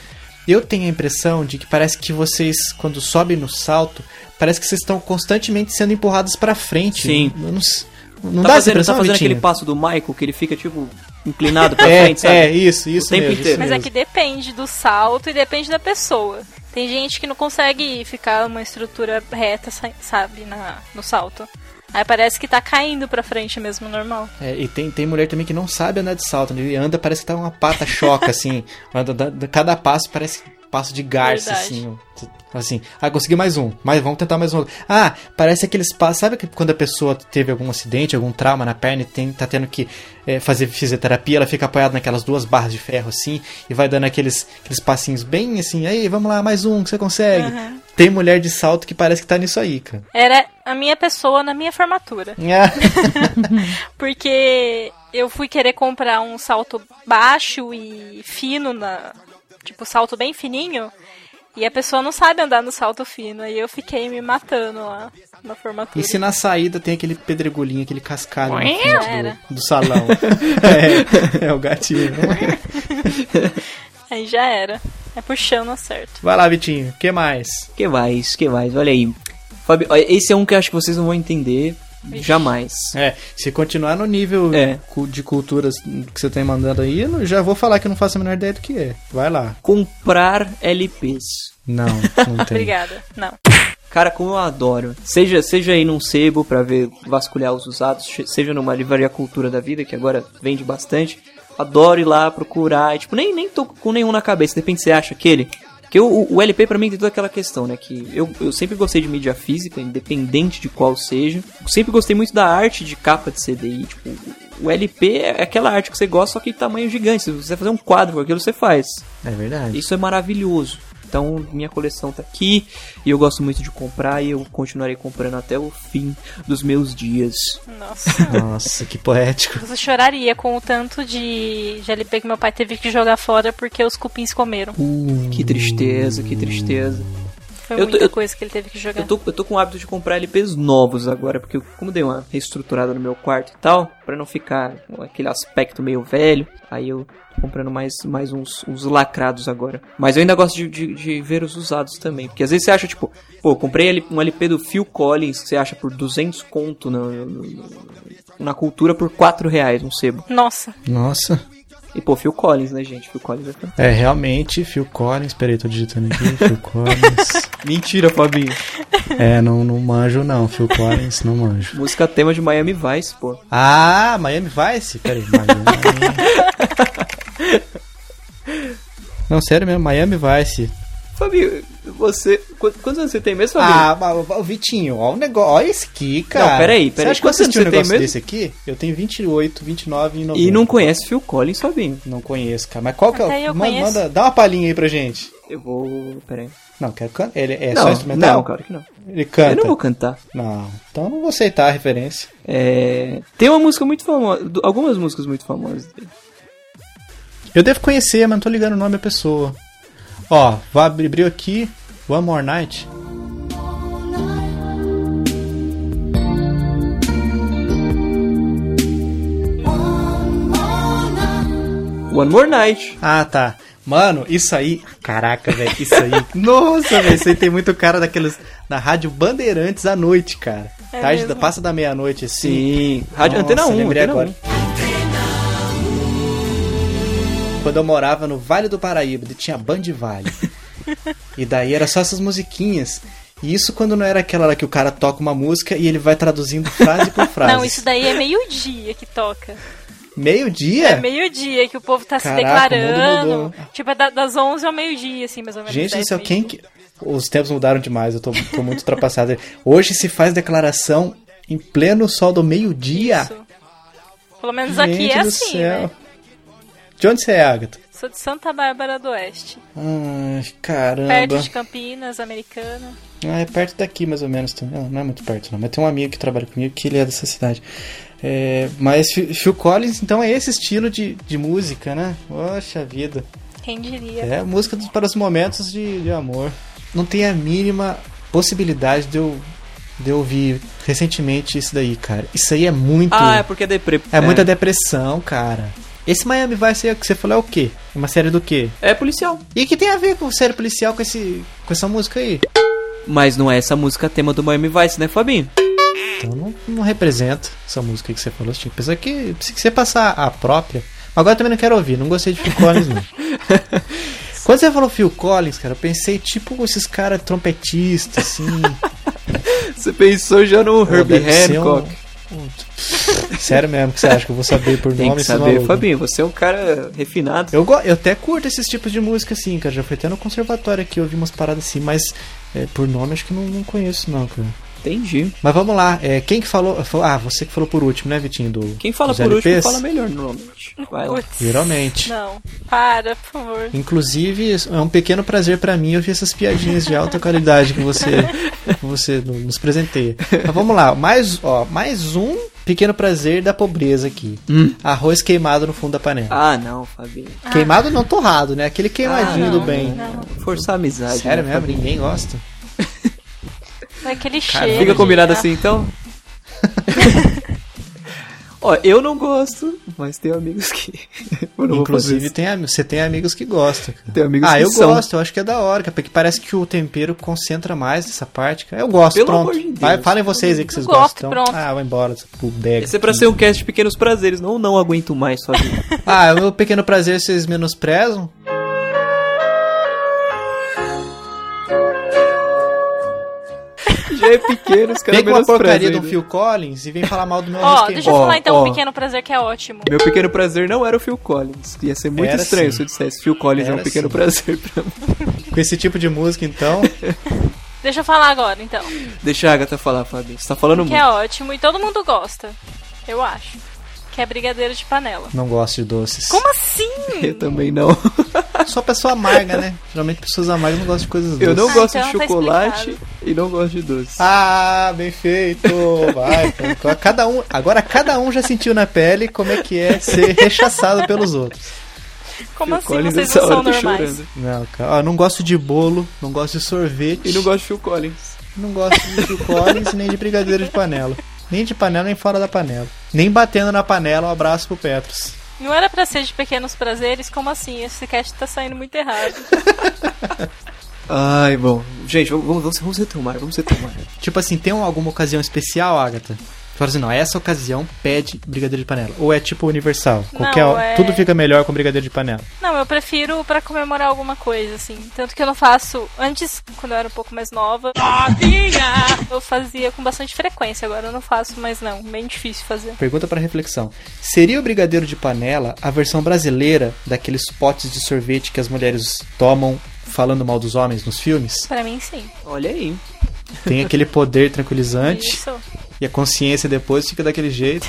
A: eu tenho a impressão de que parece que vocês, quando sobem no salto, parece que vocês estão constantemente sendo empurrados pra frente.
B: Sim.
A: Eu não s- Não
B: tá
A: dá essa
B: fazendo, tá
A: impressão,
B: fazendo
A: Vitinho?
B: aquele passo do Michael que ele fica, tipo, inclinado pra
A: É,
B: frente, sabe?
A: é, isso, isso
B: tempo
A: mesmo.
B: inteiro.
A: Isso
C: Mas
A: mesmo.
C: é que depende do salto e depende da pessoa. Tem gente que não consegue ficar uma estrutura reta, sa- sabe, na, no salto. Aí parece que tá caindo pra frente mesmo, normal.
A: É, e tem, tem mulher também que não sabe andar de salto. Ele anda, parece que tá uma pata choca, assim. Anda- anda- anda- Cada passo parece passo de garça,
C: Verdade.
A: assim. ó. Assim, ah, consegui mais um. Mas vamos tentar mais um. Ah, parece aqueles passos. Sabe que quando a pessoa teve algum acidente, algum trauma na perna e tem, tá tendo que é, fazer fisioterapia, ela fica apoiada naquelas duas barras de ferro, assim, e vai dando aqueles, aqueles passinhos bem assim, aí, vamos lá, mais um que você consegue. Tem mulher de salto que parece que tá nisso aí, cara. Ah.
C: Era a minha pessoa na minha formatura. Porque eu fui querer comprar um salto baixo e fino, na, tipo, salto bem fininho. E a pessoa não sabe andar no salto fino. E eu fiquei me matando lá na
A: E
C: formatura.
A: se na saída tem aquele pedregulhinho, aquele cascalho no
C: Era.
A: frente do, do salão? é, é o gatinho. né?
C: Aí já era. É puxando, acerto.
A: Vai lá, Vitinho, o que mais?
B: Que mais, que mais, olha aí. Fábio, olha, esse é um que eu acho que vocês não vão entender jamais.
A: É, se continuar no nível
B: É.
A: cu- de culturas que você tem mandando aí, eu já vou falar que eu não faço a menor ideia do que é. Vai lá.
B: Comprar LPs.
A: Não, não tem.
C: Obrigada. Não.
B: Cara, como eu adoro. Seja, seja aí num sebo pra ver vasculhar os usados, che- seja numa livraria cultura da vida, que agora vende bastante. Adoro ir lá procurar. e, tipo, nem, nem tô com nenhum na cabeça. De repente você acha aquele. Porque o, o LP pra mim tem toda aquela questão, né? Que eu, eu sempre gostei de mídia física, independente de qual seja. Eu sempre gostei muito da arte de capa de CDI. Tipo, o LP é aquela arte que você gosta, só que em tamanho gigante. Se você fazer um quadro com aquilo, você faz.
A: É verdade.
B: Isso é maravilhoso. Então, minha coleção tá aqui e eu gosto muito de comprar e eu continuarei comprando até o fim dos meus dias.
C: Nossa.
A: Nossa, que poético.
C: Você choraria com o tanto de, de LP que meu pai teve que jogar fora porque os cupins comeram.
A: Hum.
B: Que tristeza, que tristeza.
C: Foi
B: eu tô-
C: muita
B: eu-
C: coisa que ele teve que jogar.
B: Eu tô, eu tô com o hábito de comprar LPs novos agora, porque eu- como dei uma reestruturada no meu quarto e tal, pra não ficar com aquele aspecto meio velho, aí eu tô comprando mais, mais uns, uns lacrados agora. Mas eu ainda gosto de, de- de ver os usados também, porque às vezes você acha, tipo, pô, eu comprei L- um LP do Phil Collins, que você acha por 200 conto na, na cultura por 4 reais, um sebo.
C: Nossa,
A: Nossa.
B: E pô, Phil Collins, né, gente? Phil Collins é...
A: É, realmente, Phil Collins. Peraí, tô digitando aqui. Phil Collins.
B: Mentira, Fabinho.
A: É, não, não manjo, não. Phil Collins, não manjo.
B: Música tema de Miami Vice, pô.
A: Ah, Miami Vice? Peraí, Miami. Não, sério mesmo, Miami Vice.
B: Fabinho, você... Quantos quantos anos você tem mesmo, Fabinho?
A: Ah, mas o Vitinho, ó o negócio. Olha esse aqui, cara.
B: Não, peraí, peraí.
A: Você acha que eu
B: Quantos anos
A: assisti um
B: você tem
A: negócio
B: mesmo?
A: desse aqui? Eu tenho 28, 29 e 90.
B: E não conhece Phil Collins, Fabinho.
A: Não conheço, cara. Mas qual que é
C: Até
A: o.
C: eu
A: Manda,
C: conheço.
A: manda- dá uma palhinha aí pra gente.
B: Eu vou. Peraí.
A: Não, quero cantar. Ele é
B: não,
A: só instrumental?
B: Não, claro que não.
A: Ele canta.
B: Eu não vou cantar.
A: Não, então eu não vou aceitar a referência.
B: É, Tem uma música muito famosa. do- Algumas músicas muito famosas dele.
A: Eu devo conhecer, mas não tô ligando o nome da pessoa. Ó, vai abrir aqui. One More Night.
B: One More Night.
A: Ah, tá. Mano, isso aí. Caraca, velho, isso aí. Nossa, velho, isso aí tem muito cara daqueles. Na Rádio Bandeirantes à noite, cara. Tarde da, passa da meia-noite, assim.
B: É Sim. Rádio
A: Nossa,
B: Antena 1.
A: lembrei
B: Antena um.
A: agora.
B: 1.
A: Quando eu morava no Vale do Paraíba, e tinha Band Vale. e daí era só essas musiquinhas. E isso quando não era aquela hora que o cara toca uma música e ele vai traduzindo frase por frase.
C: não, isso daí é meio-dia que toca.
A: Meio-dia?
C: É meio-dia que o povo tá se
A: Caraca, o mundo
C: declarando.
A: mudou.
C: Tipo, é da- das 11 ao meio-dia, assim, mais ou menos.
A: Gente do
C: 10,
A: céu, quem
C: meio-dia.
A: que. Os tempos mudaram demais, eu tô, tô muito ultrapassado. Hoje se faz declaração em pleno sol do meio-dia.
C: Isso. Pelo menos aqui
A: é? Gente
C: é
A: do
C: assim,
A: céu.
C: né?
A: De onde você é, Agatha?
C: Sou de Santa Bárbara do Oeste.
A: Ai, caramba.
C: Perto de Campinas, Americana.
A: Ah, é perto daqui, mais ou menos. também. Não, não é muito perto, não. Mas tem um amigo que trabalha comigo que ele é dessa cidade. É, mas Phil Phil Collins, então, é esse estilo de, de música, né? Poxa vida.
C: Quem diria?
A: É a música dos- para os momentos de, de amor. Não tem a mínima possibilidade de eu, de eu ouvir recentemente isso daí, cara. Isso aí é muito.
B: Ah, é porque é deprê.
A: é, muita depressão, cara. Esse Miami Vice aí que você falou é o quê? É Uma série do quê?
B: É policial.
A: E que tem a ver com série policial com, esse, com essa música aí?
B: Mas não é essa música tema do Miami Vice, né, Fabinho?
A: Então não não representa essa música que você falou. Você tinha que pensar que se você passar a própria. Agora eu também não quero ouvir, não gostei de Phil Collins, não. Quando você falou Phil Collins, cara, eu pensei tipo esses caras trompetistas, assim.
B: Você pensou já no
A: Pô,
B: Herbie
A: deve ser um-
B: Hancock.
A: um- Sério mesmo que você acha que eu vou saber por
B: Tem
A: nome
B: que
A: esse
B: saber,
A: maluco?
B: Fabinho, você é um cara refinado.
A: Eu, go- eu até curto esses tipos de música, assim, cara. Já fui até no conservatório aqui, ouvi umas paradas assim, mas é, por nome acho que não, não conheço, não, cara.
B: Entendi.
A: Mas vamos lá, é, quem que falou, falou- Ah, você que falou por último, né, Vitinho? Do,
B: Quem fala
A: dos
B: por último
A: LPs?
B: fala melhor normalmente.
A: É,
B: Vai lá.
C: Putz.
A: Geralmente.
C: Não, para, por favor.
A: Inclusive, é um pequeno prazer pra mim ouvir essas piadinhas de alta qualidade que você, que você no- nos presenteia. Mas vamos lá, mais, ó, mais um pequeno prazer da pobreza aqui.
B: Hum.
A: Arroz queimado no fundo da panela.
B: Ah, não, Fabinho.
A: Queimado não torrado, né? Aquele queimadinho
B: Ah,
A: do
B: não,
A: bem.
B: Forçar a amizade.
A: Sério
B: né,
A: mesmo?
B: Fabinho?
A: Ninguém gosta. Caramba,
C: Aquele cheiro.
B: Fica
C: de-
B: combinado
C: Ah,
B: assim então? Ó, eu não gosto, mas tenho amigos que. Eu não vou fazer
A: Inclusive,
B: isso.
A: tem, am- você tem amigos que gostam. cara.
B: Tem amigos
A: ah,
B: que
A: eu
B: são.
A: gosto, eu acho que é da hora, cara, porque parece que o tempero concentra mais nessa parte. cara. Eu gosto,
B: Pelo
A: pronto.
B: amor de Deus.
A: Vai, falem vocês aí que
C: Eu
A: vocês
C: gosto,
A: gostam. então.
C: pronto.
A: Ah, vai embora, essa bodega.
B: Esse é pra ser um cast de pequenos prazeres, não não aguento mais, Fabinho.
A: Ah, o meu pequeno prazer vocês menosprezam?
B: Já é pequeno, os
A: Vem
B: caras né?
A: com a porcaria
B: menosprezam.
A: do
B: ainda.
A: Phil Collins e vem falar mal do meu
C: Ó,
A: arroz
C: deixa eu
A: queimado.
B: Ó,
C: falar então
B: ó.
C: um pequeno prazer que é ótimo.
B: Meu pequeno prazer não era o Phil Collins. Ia ser muito
A: Era
B: estranho
A: sim.
B: se eu dissesse Phil Collins é um
A: Era
B: pequeno
A: sim.
B: prazer pra mim.
A: Com esse tipo de música, então.
C: Deixa eu falar agora, então.
B: Deixa a Agatha falar, Fabinho. Você tá falando
C: Que
B: muito.
C: é ótimo e todo mundo gosta. Eu acho. Que é brigadeiro de panela.
A: Não gosto de doces.
C: Como é? assim?
B: Eu também não.
A: Só pessoa amarga, né? Geralmente pessoas amargas não gostam de coisas doces.
B: Eu não
C: Ah,
B: gosto
C: então
B: de
C: tá
B: chocolate e não gosto de doce.
A: Ah, bem feito! Vai, Franco. cada um, agora cada um já sentiu na pele como é que é ser rechaçado pelos outros.
C: Como
B: Phil
C: assim
B: Collins
C: vocês
B: nessa
C: não são
B: hora tá
C: normais?
B: chorando.
A: Não, cara, ó, não gosto de bolo, não gosto de sorvete,
B: E não gosto de Phil Collins.
A: não gosto de chocolate, nem de brigadeiro de panela. Nem de panela, nem fora da panela. Nem batendo na panela, um abraço pro Petros.
C: Não era pra ser de pequenos prazeres? Como assim? Esse cast tá saindo muito errado.
B: Ai, bom. Gente, vamos, vamos, vamos retomar, vamos retomar.
A: Tipo assim, tem um- alguma ocasião especial, Agatha? Você Fala assim, não, essa ocasião pede brigadeiro de panela. Ou é tipo universal? Qualquer
C: Não,
A: hora-
C: é-
A: Tudo fica melhor com brigadeiro de panela.
C: Não, eu prefiro pra comemorar alguma coisa, assim. Tanto que eu não faço. Antes, quando eu era um pouco mais nova. Eu fazia com bastante frequência, agora eu não faço mais, não. Bem difícil fazer.
A: Pergunta para reflexão. Seria o brigadeiro de panela a versão brasileira daqueles potes de sorvete que as mulheres tomam falando mal dos homens nos filmes?
C: Pra mim, sim.
B: Olha aí.
A: Tem aquele poder tranquilizante
C: Isso.
A: e a consciência depois fica daquele jeito.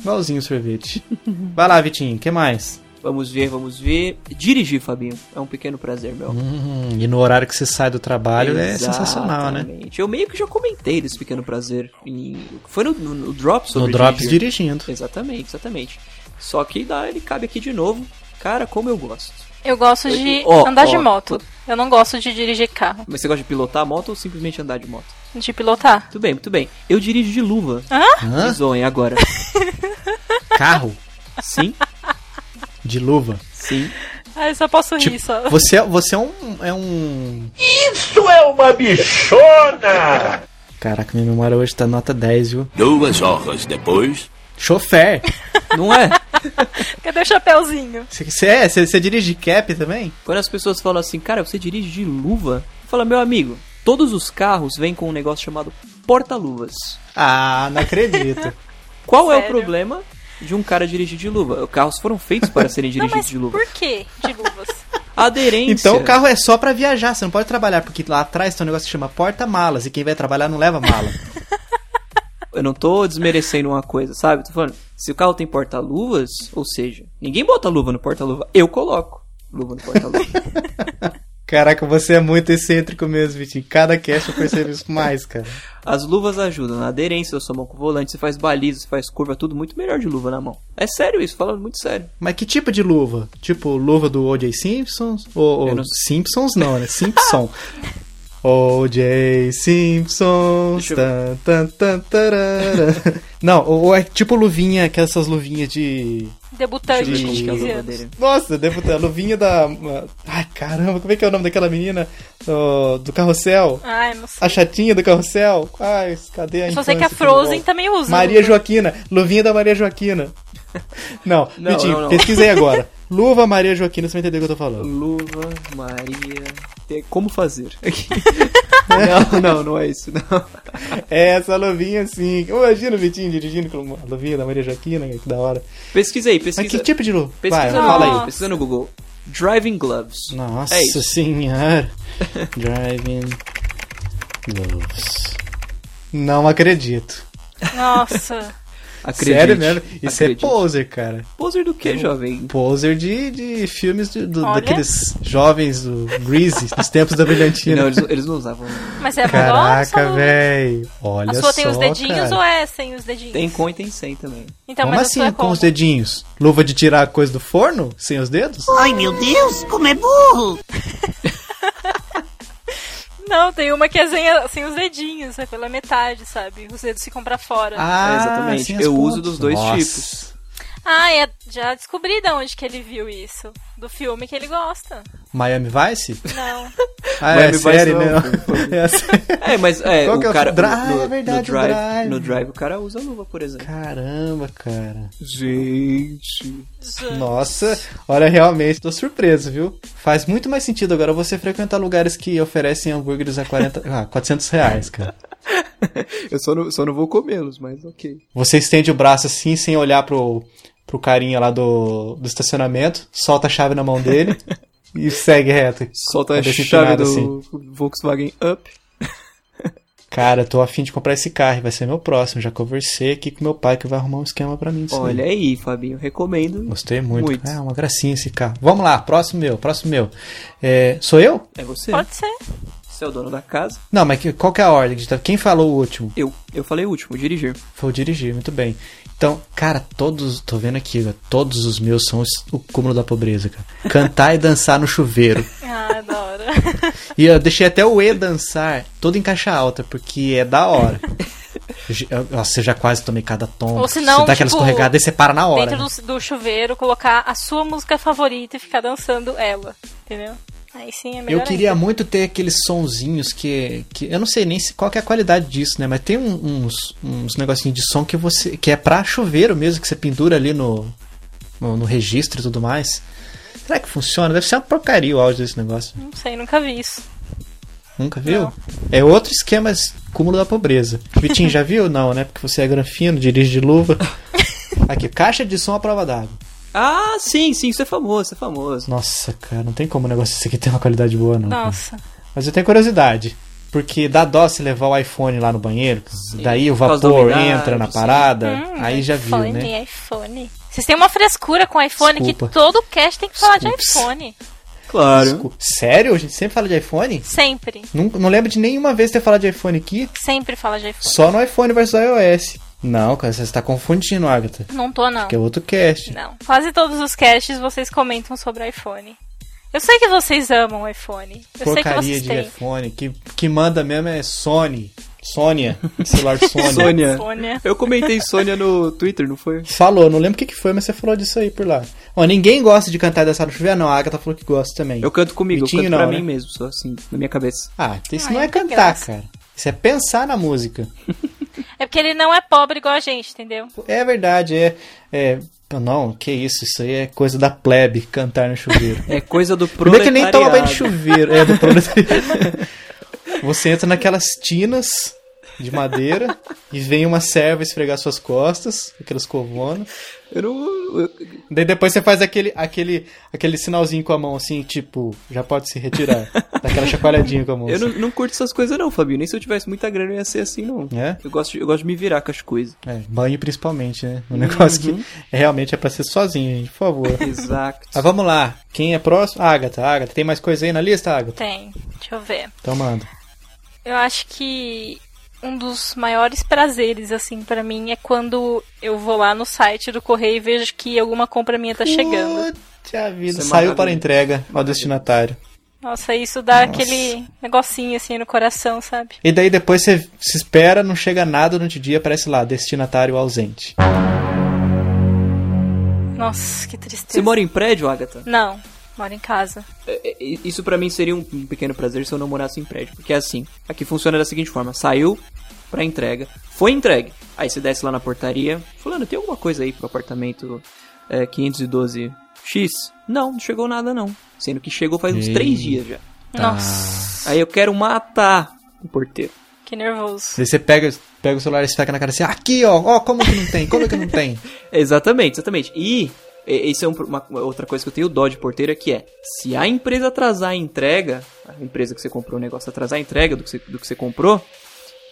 A: Igualzinho o sorvete. Vai lá, Vitinho, que mais?
B: Vamos ver, vamos ver. Dirigir, Fabinho. É um pequeno prazer, meu.
A: Hum, e no horário que você sai do trabalho é sensacional, né?
B: Exatamente. Eu meio que já comentei desse pequeno prazer. em- Foi no, no, no Drops
A: No
B: sobre
A: Drops
B: dirigir.
A: dirigindo.
B: Exatamente, exatamente. Só que dá, ele cabe aqui de novo. Cara, como eu gosto.
C: Eu gosto de
B: Ó,
C: andar de
B: ó,
C: moto. Eu não gosto de dirigir carro.
B: Mas você gosta de pilotar a moto ou simplesmente andar de moto?
C: De pilotar.
B: Muito bem, muito bem. Eu dirijo de luva.
A: Hã?
B: Bizonha agora.
A: Carro
B: Sim,
A: de luva.
B: sim.
C: Ah, eu só posso
A: Tipo,
C: rir só.
A: Você, você é um. É um... Isso é uma bichona! Caraca, minha memória hoje tá nota 10, viu?
G: Duas horas depois.
A: Chofer!
B: Não é?
C: Cadê o chapéuzinho?
A: Você- Você é? Você você dirige cap também?
B: Quando as pessoas falam assim, cara, você dirige de luva? Fala, meu amigo, todos os carros vêm com um negócio chamado porta-luvas.
A: Ah, não acredito.
B: Qual é o
C: Sério?
B: problema de um cara dirigir de luva? Os carros foram feitos para serem
C: Não,
B: dirigidos
C: mas
B: de luva.
C: por que de luvas?
B: Aderência.
A: então o carro é só pra viajar, você não pode trabalhar, porque lá atrás tem um negócio que chama porta-malas e quem vai trabalhar não leva mala.
B: Eu não tô desmerecendo uma coisa, sabe? Tô falando, se o carro tem porta-luvas, ou seja, ninguém bota luva no porta-luva. Eu coloco luva no porta-luva.
A: Caraca, você é muito excêntrico mesmo, Vitinho. Cada cast eu percebo isso mais, cara.
B: As luvas ajudam na aderência da sua mão com o volante, você faz baliza, você faz curva, tudo muito melhor de luva na mão. É sério isso, falando muito sério.
A: Mas que tipo de luva? Tipo luva do O.J. Simpsons? Ou, ou-
B: Eu não-
A: Simpsons não, né? Simpson. O.J. Simpsons.
B: Deixa eu
A: Tan, tan, tan, tarara. Não, ou é tipo luvinha, que é essas luvinhas de.
C: Debutante
A: Deixa eu ver
C: de
A: como que é o
C: 15
B: jogo
C: anos.
B: dele.
A: Nossa, devo ter. A luvinha da. Ai, caramba, como é que é o nome daquela menina? Do, do carrossel?
C: Ai, não sei.
A: A chatinha do carrossel? Ai, cadê a
C: Eu só sei que a
A: infância do
C: Frozen
A: futebol?
C: também usa.
A: é Maria Joaquina, luvinha da Maria Joaquina. Não,
B: Não,
A: Vitinho,
B: não, não.
A: pesquisei agora. Luva Maria Joaquina, você vai entender o que eu tô falando.
B: Luva, Maria. Tem Como fazer? não, não, não é isso, não.
A: É, essa luvinha assim. Imagina o Vitinho dirigindo com a luvinha da Maria Joaquina, que da hora.
B: Pesquisa aí, pesquisa.
A: Mas que tipo de luva? Vai,
B: pesquisa no
A: fala
B: Google,
A: aí.
C: Nossa.
B: Pesquisa no Google. Driving gloves.
A: Nossa
B: É isso.
A: senhora. Driving gloves. Não acredito.
C: Nossa.
B: Acredite.
A: Sério mesmo? Isso
B: acredite.
A: é poser, cara.
B: Poser do que, jovem?
A: Poser de, de filmes de- do-
C: Olha.
A: daqueles jovens do Greasy, dos tempos da brilhantina.
B: Não, eles, eles não usavam.
C: Mas é a
A: Caraca,
C: sua-
A: véi. Olha
C: A
A: só.
C: sua tem os dedinhos
A: cara.
C: ou é sem os dedinhos?
B: Tem com e tem sem também.
C: Então,
A: Como
C: mas
A: assim
C: a sua é
A: com os dedinhos? Luva de tirar a coisa do forno? Sem os dedos?
I: Ai, meu Deus, como é burro!
C: Não, tem uma que é sem, a- sem os dedinhos, é pela metade, sabe? Os dedos ficam pra fora. Ah,
B: É, exatamente.
A: sem as
B: Eu
A: pontas.
B: uso dos dois
A: Nossa.
B: tipos.
C: é, já descobri de onde que ele viu isso. Do filme que ele gosta.
A: Miami Vice?
C: Não.
A: Ah, é
B: Miami Vice
A: série,
B: não,
A: né? É a série.
B: É, mas é,
A: Qual
B: o
A: que é o-
B: cara.
A: Drive,
B: no,
A: é verdade,
B: no drive,
A: drive.
B: No drive o cara usa luva, por exemplo.
A: Caramba, cara.
B: Gente.
A: Nossa, olha, realmente tô surpreso, viu? Faz muito mais sentido agora você frequentar lugares que oferecem hambúrgueres a 40, ah, 400 reais, cara.
B: Eu só não, só não vou comê-los, mas ok.
A: Você estende o braço assim, sem olhar pro, pro carinha lá do, do estacionamento, solta a chave na mão dele e segue reto.
B: Solta a
A: Cabeça
B: chave
A: empinada,
B: do
A: assim.
B: Volkswagen Up.
A: Cara, eu tô afim de comprar esse carro, vai ser meu próximo. Já conversei aqui com meu pai que vai arrumar um esquema pra mim. disso aí.
B: Olha aí, Fabinho, recomendo.
A: Gostei muito.
B: Muito.
A: É uma gracinha esse carro. Vamos lá, próximo meu, próximo meu. É, sou eu?
B: É você?
C: Pode ser.
B: Você é o dono da casa.
A: Não, mas que- qual que é a ordem? Quem falou o último?
B: Eu, eu falei o último, dirigir.
A: Foi o dirigir, muito bem. Então, cara, todos, tô vendo aqui, ó, todos os meus são os- o cúmulo da pobreza, cara. Cantar e dançar no chuveiro.
C: Ah, da hora.
A: E eu deixei até o E dançar todo em caixa alta, porque é da hora. Eu- Nossa, eu já quase tomei cada tom.
C: Ou senão,
A: você dá aquela
C: tipo,
A: escorregada e você para na hora.
C: Dentro
A: né?
C: do, do chuveiro, colocar a sua música favorita e ficar dançando ela. Entendeu? Aí sim é melhor
A: Eu queria
C: ainda.
A: muito ter aqueles sonzinhos que, que. Eu não sei nem se- qual que é a qualidade disso, né? Mas tem um- uns, uns negocinhos de som que você. que é pra chuveiro mesmo, que você pendura ali no, no, no registro e tudo mais. Será que funciona? Deve ser uma porcaria o áudio desse negócio.
C: Não sei, nunca vi isso.
A: Nunca viu?
C: Não.
A: É outro esquema s- cúmulo da pobreza. Vitinho, já viu? Não, né? Porque você é granfino, dirige de luva. Aqui, caixa de som à prova d'água.
B: Ah, sim, sim, isso é famoso, isso é famoso.
A: Nossa, cara, não tem como um negócio desse aqui ter uma qualidade boa, não. cara.
C: Nossa.
A: Mas eu tenho curiosidade. Porque dá dó se levar o iPhone lá no banheiro. Daí o
B: por causa da
A: vapor
B: umidade,
A: entra na
B: sim.
A: parada.
C: Hum,
A: É. aí já viu,
C: iPhone,
A: né?
C: iPhone. Vocês têm uma frescura com iPhone
A: Desculpa.
C: que todo cast tem que falar
A: Desculpes.
C: de iPhone.
B: Claro.
A: Desculpa. Sério? A gente sempre fala de iPhone?
C: Sempre.
A: Não, não lembro de nenhuma vez ter falado de iPhone aqui.
C: Sempre fala de iPhone.
A: Só no iPhone versus iOS. Não, cara, você está confundindo, Agatha.
C: Não tô, não.
A: Que é outro cast.
C: Não. Quase todos os casts vocês comentam sobre iPhone. Eu sei que vocês amam o iPhone. Eu
A: porcaria
C: sei que vocês
A: de
C: têm.
A: iPhone. Que, que manda mesmo é Sony. Sônia. Celular Sony.
B: Sônia.
C: Sônia.
B: Eu comentei Sônia no Twitter, não foi?
A: Falou, não lembro o que, que foi, mas você falou disso aí por lá. Ó, ninguém gosta de cantar dessa no chuveiro, não. A Agatha falou que gosta também.
B: Eu canto comigo,
A: Vitinho
B: eu canto pra
A: não,
B: mim
A: né?
B: mesmo, só assim, na minha cabeça.
A: Ah, isso
C: Ai,
A: não é
C: não tem
A: cantar,
C: graça.
A: cara. Isso é pensar na música.
C: É porque ele não é pobre igual a gente, entendeu?
A: É verdade, é. é... Não, que isso, isso aí é coisa da plebe, cantar no chuveiro.
B: É coisa do
A: Primeiro que
B: proletariado.
A: nem toma banho de chuveiro, é do proletariado. Você entra naquelas tinas de madeira e vem uma serva esfregar suas costas, aquelas covonas.
B: Eu não... eu-
A: Daí depois você faz aquele, aquele, aquele sinalzinho com a mão, assim, tipo, já pode se retirar. Daquela chacoalhadinha com a mão.
B: Eu não,
A: assim.
B: não curto essas coisas não, Fabinho. Nem se eu tivesse muita grana eu ia ser assim, não.
A: É?
B: Eu gosto de, eu gosto de me virar com as coisas.
A: É, banho principalmente, né? Um negócio
B: Uhum.
A: que realmente é pra ser sozinho, gente, por favor.
B: Exato.
A: Mas vamos lá, quem é próximo? Agatha, Agatha, tem mais coisa aí na lista, Agatha?
C: Tem. Deixa eu ver.
A: Então manda.
C: Eu acho que um dos maiores prazeres, assim, pra mim, é quando eu vou lá no site do correio e vejo que alguma compra minha tá chegando.
A: Puta vida,
B: Isso é
A: saiu para
B: maravilha.
A: entrega ao destinatário.
C: Nossa, isso dá aquele negocinho assim no coração, sabe?
A: E daí depois você se espera, não chega nada durante o dia, aparece lá, destinatário ausente.
C: Nossa, que tristeza.
B: Você mora em prédio, Agatha?
C: Não, moro em casa.
B: É, é, Isso pra mim seria um um pequeno prazer se eu não morasse em prédio. Porque é assim, aqui funciona da seguinte forma: saiu pra entrega, foi entregue. Aí você desce lá na portaria, falando, tem alguma coisa aí pro apartamento é, 512X? Não, não chegou nada não. Sendo que chegou faz uns três dias já.
C: Nossa,
B: Aí eu quero matar o porteiro.
C: que nervoso.
A: Daí você pega, pega o celular e esfrega na cara assim, aqui ó, ó, como que não tem, como que não tem?
B: Exatamente, exatamente. E e- isso é um pro- uma, uma outra coisa que eu tenho dó de porteira, que é, se a empresa atrasar a entrega, a empresa que você comprou o negócio atrasar a entrega do que você, do que você comprou,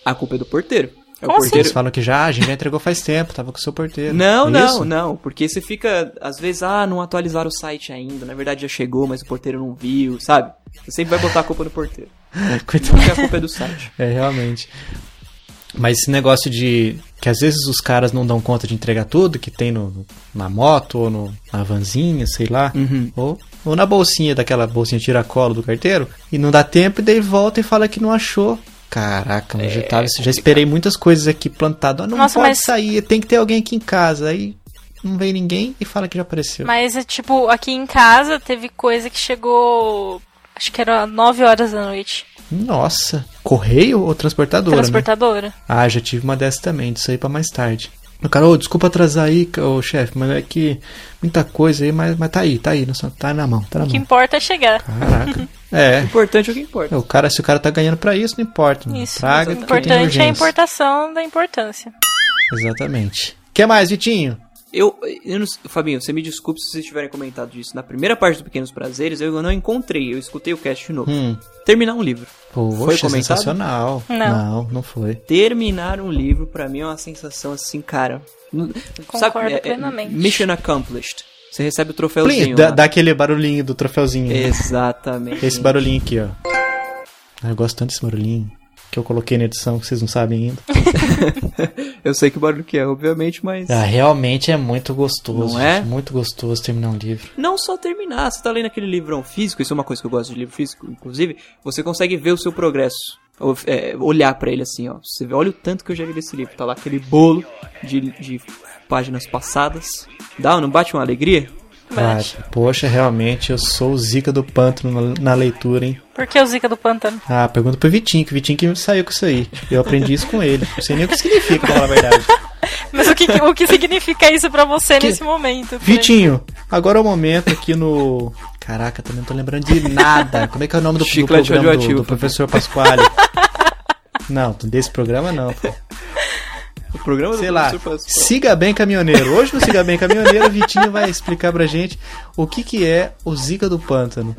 B: a culpa é do porteiro. É o
C: Como
B: porteiro.
A: Eles falam que já, a gente já entregou faz tempo, tava com o seu porteiro.
B: Não, não,
A: Isso?
B: não, porque você fica, às vezes, ah, não atualizaram o site ainda, na verdade já chegou, mas o porteiro não viu, sabe? Você sempre vai botar a culpa no porteiro,
A: Coitado.
B: porque a culpa é do site.
A: É, realmente. Mas esse negócio de que às vezes os caras não dão conta de entregar tudo que tem no, na moto ou no, na vanzinha, sei lá, ou, ou na bolsinha daquela bolsinha tiracolo do carteiro, e não dá tempo, e daí volta e fala que não achou. Caraca, eu já, tava, já esperei muitas coisas aqui plantado. Ah, não
C: Nossa,
A: pode
C: mas-
A: sair, tem que ter alguém aqui em casa. Aí não vem ninguém e fala que já apareceu.
C: Mas, é, tipo, aqui em casa teve coisa que chegou. Acho que era 9 horas da noite.
A: Nossa, correio ou transportadora? né?
C: Transportadora.
A: Ah, já tive uma dessa também, disso aí pra mais tarde. O cara, ô, desculpa atrasar aí, ca- ô chefe, mas é que muita coisa aí, mas, mas tá aí, tá aí, nossa, tá na mão, tá na
C: O que
A: mão.
C: importa é chegar.
A: Caraca. é.
B: Importante é o que importa.
A: O cara, se o cara tá ganhando pra isso, não importa. mano.
C: Isso.
A: Traga
C: o
A: porque tem
C: importante é a
A: urgência.
C: importação da importância.
A: Exatamente. O que mais, Vitinho?
B: Eu, eu não, Fabinho, você me desculpe se vocês tiverem comentado disso. Na primeira parte do Pequenos Prazeres, eu não encontrei, eu escutei o cast de novo.
A: Hum.
B: Terminar um livro.
A: Poxa,
B: comentado?
A: é sensacional.
C: Não.
A: não, não foi.
B: Terminar um livro, pra mim, é uma sensação assim, cara. não- é,
C: Concordo plenamente.
B: mission accomplished. Você recebe o
A: Plim,
B: troféuzinho.
A: dá,
B: lá.
A: dá aquele barulhinho do troféuzinho. né?
B: Exatamente.
A: Esse barulhinho aqui, ó. Ah, eu gosto tanto desse barulhinho que eu coloquei na edição, que vocês não sabem ainda.
B: Eu sei que barulho que é, obviamente, mas.
A: Ah, realmente é muito gostoso.
B: Não é?
A: gente, Muito gostoso terminar um livro.
B: Não só terminar, você tá lendo aquele livrão físico, isso é uma coisa que eu gosto de livro físico, inclusive, você consegue ver o seu progresso. Ou, é, olhar pra ele assim, ó. Você vê, olha o tanto que eu já li desse livro. Tá lá aquele bolo de, de páginas passadas. Dá, não bate uma alegria?
C: Bate.
A: Ah, poxa, realmente, eu sou o zica do pântano na, na leitura, hein?
C: Por que o Zica do Pantano?
A: Ah, pergunta pro Vitinho, que o Vitinho que saiu com isso aí. Eu aprendi isso com ele. Não sei nem o que significa, pra falar a verdade.
C: Mas o que, o que significa isso pra você
A: Que-
C: nesse momento?
A: Vitinho, agora é o momento aqui no... Caraca, também não tô lembrando de nada. Como é que é o nome do, do
B: Chiclete
A: programa do,
B: radioativo,
A: do professor Pasquale? Não, desse programa não, pô.
B: O programa
A: sei
B: do
A: lá,
B: professor Pascoal.
A: Siga Bem Caminhoneiro. Hoje no Siga Bem Caminhoneiro, o Vitinho vai explicar pra gente o que, que é o Zika do Pântano.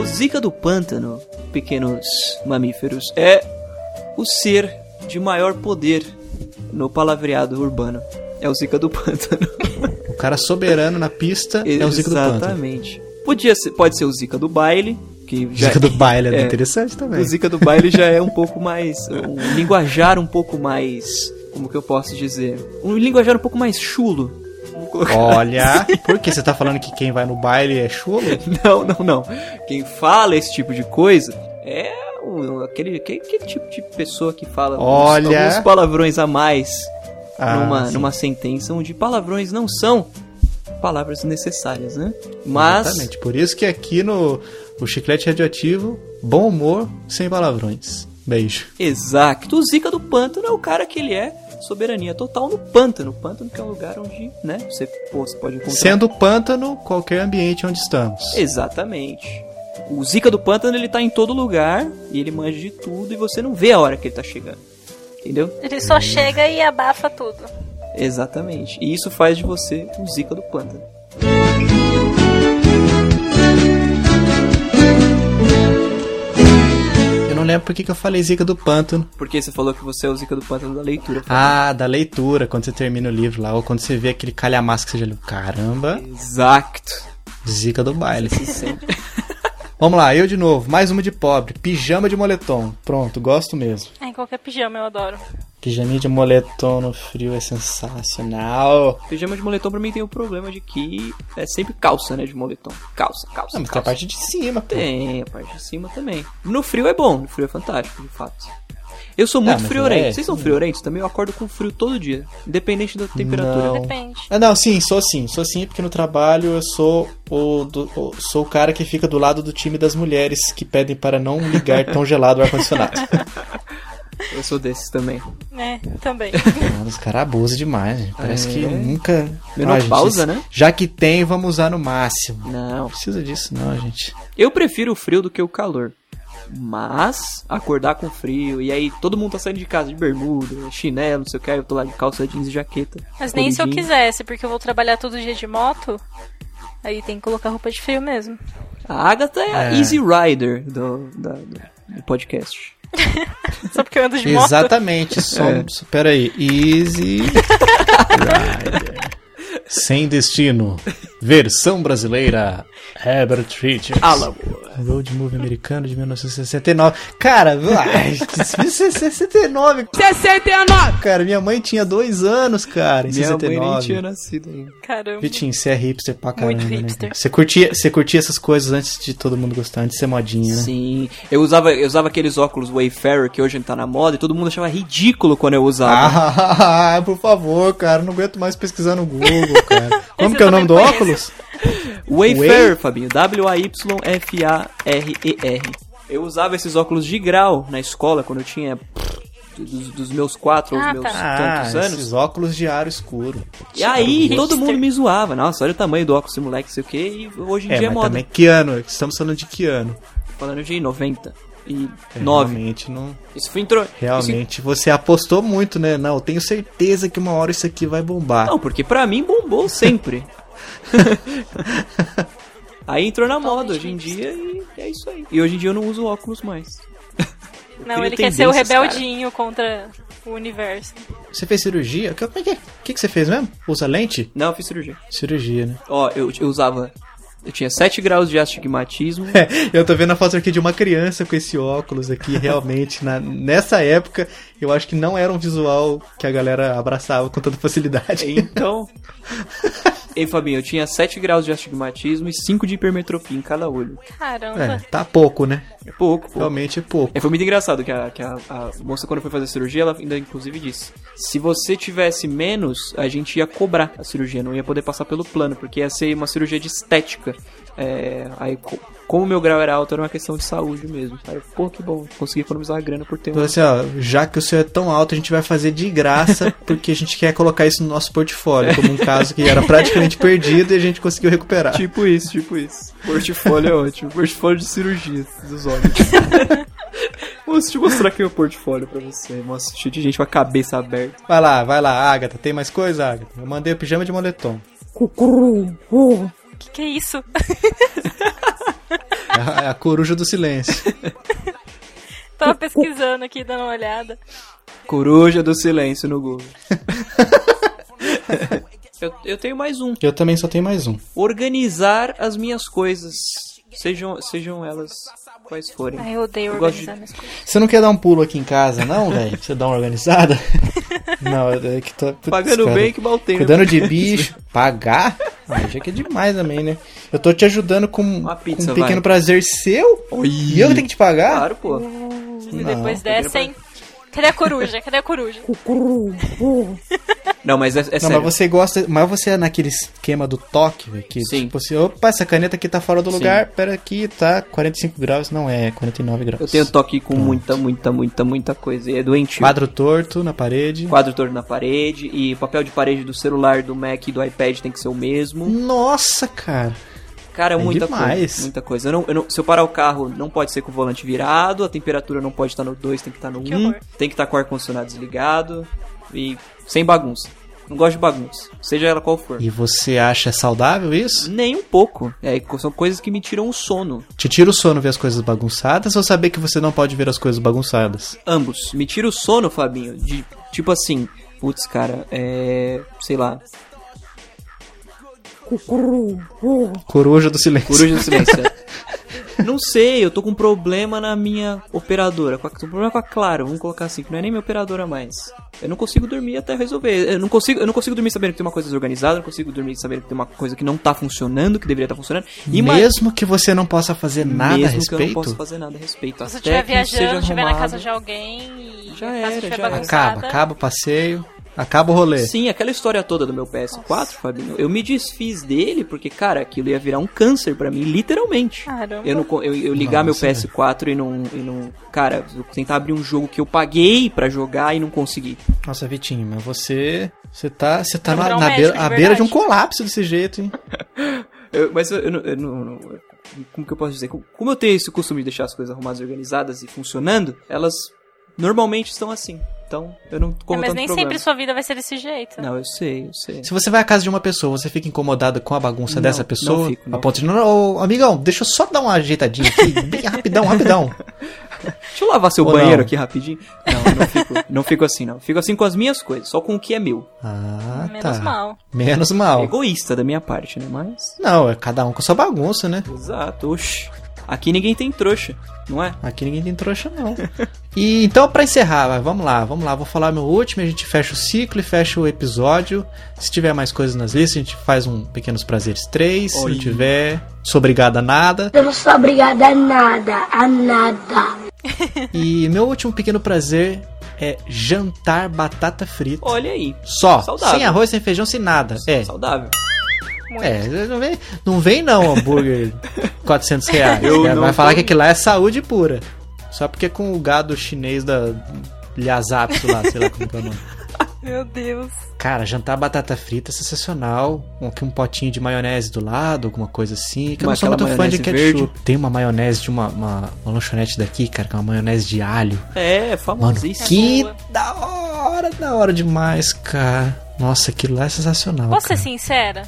B: O Zika do pântano, pequenos mamíferos, é o ser de maior poder no palavreado urbano. É o Zika do pântano.
A: O cara soberano na pista é o Zika do Pântano.
B: Exatamente. Podia ser, pode ser o Zika do baile, que já
A: Zika do baile é,
B: é.
A: interessante também.
B: o Zika do baile já é um pouco mais um linguajar um pouco mais, como que eu posso dizer, um linguajar um pouco mais chulo. Vamos colocar-
A: Olha, por que você tá falando que quem vai no baile é chulo?
B: Não, não, não. Quem fala esse tipo de coisa é o- aquele, aquele, aquele tipo de pessoa que fala alguns-
A: Olha.
B: alguns palavrões a mais
A: Ah,
B: numa,
A: sim.
B: numa sentença onde palavrões não são palavras necessárias, né? Mas
A: Exatamente. Por isso que aqui no o Chiclete Radioativo, bom humor, sem palavrões. Beijo.
B: Exato. O Zika do Pântano é o cara que ele é soberania total no pântano. O pântano que é um lugar onde, né, você, pô, você pode encontrar...
A: Sendo pântano, qualquer ambiente onde estamos.
B: Exatamente. O Zika do Pântano, ele tá em todo lugar e ele manja de tudo e você não vê a hora que ele tá chegando. Entendeu?
C: Ele só chega e abafa tudo.
B: Exatamente. E isso faz de você o Zika do Pântano.
A: Eu não lembro por que que eu falei Zika do Pântano.
B: Porque você falou que você é o Zika do Pântano da leitura.
A: Ah, da leitura, quando você termina o livro lá, ou quando você vê aquele calhamaço que você já leu. Caramba,
B: Exato.
A: zica do baile.
B: Se sente.
A: Vamos lá, eu de novo, mais uma de pobre, pijama de moletom. Pronto, gosto mesmo.
C: Ai, qualquer Ah, pijama eu adoro.
A: Que Pijaminha de moletom no frio é sensacional.
B: Pijama de moletom pra mim tem o problema de que é sempre calça, né? De moletom. Calça, calça.
A: Não, Ah, mas tá tem a
B: calça.
A: parte de cima, pô.
B: Tem, a parte de cima também. No frio é bom, no frio é fantástico, de fato. Eu sou muito
A: mas
B: friorento.
A: é,
B: Vocês são
A: sim.
B: friorentos também? Eu acordo com frio todo dia, independente da temperatura.
A: Não.
C: Depende.
A: Ah, não, sim, sou sim, sou sim, porque no trabalho eu sou o, do- o- sou o cara que fica do lado do time das mulheres que pedem para não ligar tão gelado o ar-condicionado.
B: Eu sou desses também.
C: É, também.
A: Mano, os caras abusam demais, gente. parece
B: É.
A: que nunca...
B: Menopausa,
A: Ah, gente,
B: né?
A: Já que tem, vamos usar no máximo.
B: Não.
A: Não precisa disso não, gente.
B: Eu prefiro o frio do que o calor. Mas acordar com frio, e aí todo mundo tá saindo de casa de bermuda, chinelo, não sei o que, aí eu tô lá de calça jeans e jaqueta.
C: Mas nem se eu
B: Coridinho.
C: quisesse, porque eu vou trabalhar todo dia de moto. Aí tem que colocar roupa de frio mesmo.
B: A Agatha é a
A: É.
B: Easy Rider do, da- do- do podcast.
C: Só porque eu ando de moto.
A: Exatamente,
B: É.
A: somos... Peraí, Easy Rider. Sem destino, versão brasileira, Herbert Richards.
B: Alamo.
A: Road Movie americano de 1969. Cara, ai, 69.
B: 69!
A: Cara, minha mãe tinha dois anos, cara, em
B: Minha mãe
A: 69.
B: nem tinha nascido ainda.
C: Caramba.
A: Vitinho, você é hipster pra caramba,
C: Muito
A: né?
C: hipster.
A: cara? Você curtia, você curtia essas coisas antes de todo mundo gostar, antes de ser modinha, né?
B: Sim, eu usava, eu usava aqueles óculos Wayfarer que hoje tá na moda e todo mundo achava ridículo quando eu usava.
A: Ah, por favor, cara, não aguento mais pesquisar no Google, cara. Como
C: Esse
A: que é
C: eu
A: o nome do
C: também
A: óculos?
B: Wayfarer,
A: Ah, Way-
B: Fabinho, W-A-Y-F-A-R-E-R. Eu usava esses óculos de grau na escola quando eu tinha pff, dos, dos meus quatro aos
C: Ah,
B: meus
C: tá.
B: tantos anos.
A: esses um óculos de aro escuro.
B: E aí
C: Hipster.
B: todo mundo me zoava. Nossa, olha o tamanho do óculos, esse moleque, sei o que. E hoje em
A: É,
B: dia é
A: mas
B: moda.
A: também que ano? Estamos falando de que ano?
B: Falando de 90 e
A: É,
B: 9.
A: Realmente não...
B: Isso foi entrou. Isso...
A: Realmente, você apostou muito, né? Não, eu tenho certeza que uma hora isso aqui vai bombar.
B: Não, porque pra mim bombou sempre. aí entrou na moda hoje em dia e é isso aí. E hoje em dia eu não uso óculos mais. Eu
C: Não,
B: crio
C: ele quer ser o
B: tendências, cara.
C: rebeldinho contra o universo.
A: Você fez cirurgia? Que- Como é que é? O que, que você fez mesmo? Usa lente?
B: Não, eu fiz cirurgia.
A: Cirurgia, né?
B: Ó, eu, eu usava. Eu tinha 7 graus de astigmatismo.
A: É, Eu tô vendo a foto aqui de uma criança com esse óculos aqui, realmente. na- nessa época, eu acho que não era um visual que a galera abraçava com tanta facilidade.
B: então. Ei, Fabinho, eu tinha 7 graus de astigmatismo e 5 de hipermetropia em cada olho.
A: É,
C: Caramba.
A: tá pouco, né?
B: É pouco, pouco.
A: Realmente é pouco.
B: É, foi muito engraçado que, a, que a, a moça, quando foi fazer a cirurgia, ela ainda inclusive disse: se você tivesse menos, a gente ia cobrar a cirurgia, não ia poder passar pelo plano, porque ia ser uma cirurgia de estética. É, aí, co- como o meu grau era alto, era uma questão de saúde mesmo. Cara, pô, que bom, consegui economizar a grana por ter um.
A: Então, assim, ó, já que o seu é tão alto, a gente vai fazer de graça, porque a gente quer colocar isso no nosso portfólio, como um caso que era praticamente perdido e a gente conseguiu recuperar.
B: Tipo isso, tipo isso. Portfólio é ótimo. Portfólio de cirurgia dos olhos. Vou te mostrar aqui meu portfólio pra você. Nossa, cheio de gente com a cabeça aberta.
A: Vai lá, vai lá, Agatha, tem mais coisa, Agatha? Eu mandei o pijama de moletom.
C: O que, que é isso?
A: É a, é a coruja do silêncio.
C: Tava pesquisando aqui, dando uma olhada.
B: Coruja do silêncio no Google. eu, eu tenho mais um.
A: Eu também só tenho mais um.
B: Organizar as minhas coisas. Sejam, sejam elas quais forem.
C: Ai, eu odeio
B: Eu gosto de-
C: organizar minhas coisas.
A: Você não quer dar um pulo aqui em casa, não, velho? Você dá uma organizada? não, é que tá. putz,
B: Pagando
A: cara.
B: bem que mal né? tempo.
A: Cuidando de bicho, pagar? Ah, já que é demais também, né? Eu tô te ajudando com,
B: Uma pizza,
A: com um pequeno
B: vai.
A: prazer seu
B: Oi.
A: e eu que tenho que te pagar?
B: Claro, pô.
C: E depois dessa, hein? Cadê a coruja? Cadê a coruja?
B: Não, mas é, é
A: Não,
B: sério.
A: mas você gosta. Mas você é naquele esquema do toque, velho. Que
B: Sim.
A: tipo assim, opa, essa caneta aqui tá fora do
B: Sim.
A: lugar. Pera aqui, tá 45 graus. Não é, 49 graus.
B: Eu tenho toque com muita, muita, muita, muita coisa. E é doentio.
A: Quadro torto na parede.
B: quadro torto na parede e o papel de parede do celular, do Mac e do iPad tem que ser o mesmo.
A: Nossa, cara.
B: Cara, é
A: é
B: muita
A: demais.
B: coisa. Muita coisa. Eu não, eu não- se eu parar o carro, não pode ser com o volante virado, a temperatura não pode estar no 2, tem que estar no 1, um,
C: horror.
B: tem que estar com o ar-condicionado desligado e sem bagunça. Não gosto de bagunça, seja ela qual for.
A: E você acha saudável isso?
B: Nem um pouco. É, co- são coisas que me tiram o sono.
A: Te tira o sono ver as coisas bagunçadas ou saber que você não pode ver as coisas bagunçadas?
B: Ambos. Me tira o sono, Fabinho. De, tipo assim, putz, cara, é. Sei lá.
A: Coruja do silêncio.
B: Coruja do silêncio. Não sei, eu tô com um problema na minha operadora. Com a, tô com um problema com a Claro, vamos colocar assim, que não é nem minha operadora mais. Eu não consigo dormir até resolver. Eu não consigo, eu não consigo dormir sabendo que tem uma coisa desorganizada, eu não consigo dormir sabendo que tem uma coisa que não tá funcionando, que deveria estar funcionando. Ima-
A: Mesmo que você não possa fazer nada a
B: mesmo que eu não
A: respeito,
B: posso fazer nada a respeito.
C: Se você
B: até
C: estiver
B: que isso seja
C: viajando, estiver na casa
B: arrumado.
C: de alguém e
B: Já
C: a casa
B: era,
C: estiver
B: já era.
C: bagunçada.
A: acaba, acaba o passeio, acaba o rolê.
B: Sim, aquela história toda do meu PS4, Fabinho, eu me desfiz dele porque, cara, aquilo ia virar um câncer pra mim, literalmente.
C: Caramba.
B: Eu, não, co- eu, eu ligar
A: Nossa,
B: meu PS4 e não, e não. Cara, eu tentar abrir um jogo que eu paguei pra jogar e não consegui.
A: Nossa, Vitinho, mas você. Você tá, você tá
C: Vai
A: na,
C: procurar um
A: na
C: médico
A: beira,
C: de
A: à beira de um
C: verdade.
A: colapso desse jeito, hein?
B: Eu- mas eu, eu não- eu não- não- Como que eu posso dizer? Como como eu tenho esse costume de deixar as coisas arrumadas, organizadas e funcionando, elas normalmente estão assim. Então, eu não
C: É,
B: corro
C: mas
B: tanto
C: nem
B: problema.
C: sempre sua vida vai ser desse jeito.
B: Não, eu sei, eu sei.
A: Se você vai à casa de uma pessoa, você fica incomodado com a bagunça
B: Não,
A: dessa
B: não
A: pessoa,
B: fico, não
A: a ponto de, não, não, ô, amigão, deixa eu só dar uma ajeitadinha aqui, bem rapidão, rapidão.
B: Deixa eu lavar seu
A: Ou
B: banheiro
A: não?
B: aqui rapidinho. Não, não fico, não fico assim, não. Fico assim com as minhas coisas, só com o que é meu.
A: Ah,
C: Menos
A: tá.
C: mal.
A: Menos
B: É
A: mal.
B: egoísta da minha parte, né? Mas.
A: Não, é cada um com sua bagunça, né?
B: Exato, oxi. Aqui ninguém tem trouxa, não é?
A: Aqui ninguém tem trouxa, não. E então, pra encerrar, vai, vamos lá, vamos lá. Vou falar meu último, a gente fecha o ciclo e fecha o episódio. Se tiver mais coisas nas listas, a gente faz um Pequenos Prazeres 3. Se
B: Oi.
A: não tiver, sou obrigado a nada.
J: Eu não sou obrigada a nada, a nada.
A: E meu último pequeno prazer é jantar batata frita.
B: Olha aí.
A: Só,
B: Saudável.
A: sem arroz, sem feijão, sem nada. É,
B: Saudável.
C: Muito.
A: é não, vem, não vem não hambúrguer 400 reais.
B: Eu
A: Vai-
B: não
A: Vai falar
B: tô-
A: que aquilo lá é saúde pura. Só porque é com o gado chinês da Lhasapso lá, sei lá como que é o nome.
C: Meu Deus.
A: Cara, jantar batata frita é sensacional. Com aqui um potinho de maionese do lado, alguma coisa assim. Que eu
B: Uma-
A: não sou
B: aquela
A: muito fã de
B: maionese
A: ketchup.
B: verde.
A: Tem uma maionese de uma, uma, uma lanchonete daqui, cara, que é uma maionese de alho.
B: É,
A: Mano,
B: famosíssimo.
A: que
C: boa.
A: da hora, da hora demais, cara. Nossa, aquilo lá é sensacional.
C: Posso ser
A: cara.
C: sincera?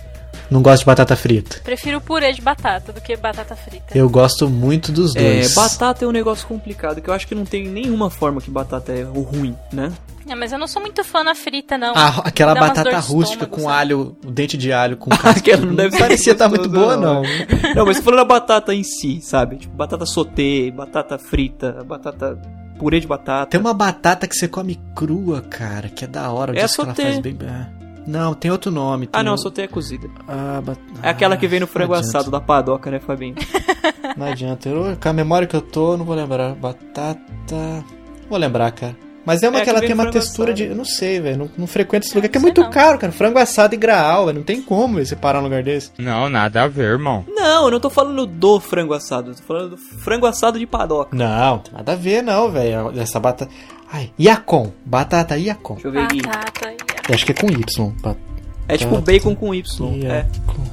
A: Não gosto de batata frita.
C: Prefiro purê de batata do que batata frita.
A: Eu gosto muito dos
B: É,
A: dois.
B: batata é um negócio complicado, que eu acho que não tem nenhuma forma que batata é o ruim, né?
C: É, mas eu não sou muito fã na frita, não.
A: A- aquela
C: Dá umas
A: batata
C: dores de
A: rústica
C: estômago,
A: com
C: sabe?
A: alho, o dente de alho com casca.
B: Aquela não deve ser
A: parecia estar muito
B: gostoso,
A: boa,
B: não.
A: não.
B: Não, mas falando da batata em si, sabe? Tipo, batata sotê, batata frita, batata purê de batata.
A: Tem uma batata que você come crua, cara, que é da hora.
B: É
A: diz que ela
B: sauté.
A: faz bem. é. Não, tem outro nome.
B: Ah,
A: tem
B: não,
A: o-
B: sotê é cozida.
A: Ah, bat-
B: É aquela que
A: Ah,
B: vem no frango
A: não adianta.
B: assado da padoca, né, Fabinho?
A: Não adianta. Eu, com a memória que eu tô, eu não vou lembrar. Batata. Vou lembrar, cara. Mas é uma
B: É,
A: que ela
B: que
A: tem
B: vem
A: uma
B: frango
A: textura
B: assado.
A: de. Eu não sei, velho. Não, não frequento esse lugar, que é
C: não
A: muito
C: sei não.
A: caro, cara. Frango assado e graal, velho. Não tem como você parar num lugar desse.
K: Não, nada a ver, irmão.
B: Não, eu não tô falando do frango assado, eu tô falando do frango assado de padoca.
A: Não, tem nada a ver, não, velho. Essa batata. Ai, Iacon. Batata Iacon.
B: Deixa
C: Ah,
B: eu ver aqui.
C: Batata. e-
A: Eu acho que é com Y. Batata.
B: É tipo bacon com Y. É.
A: Iacon.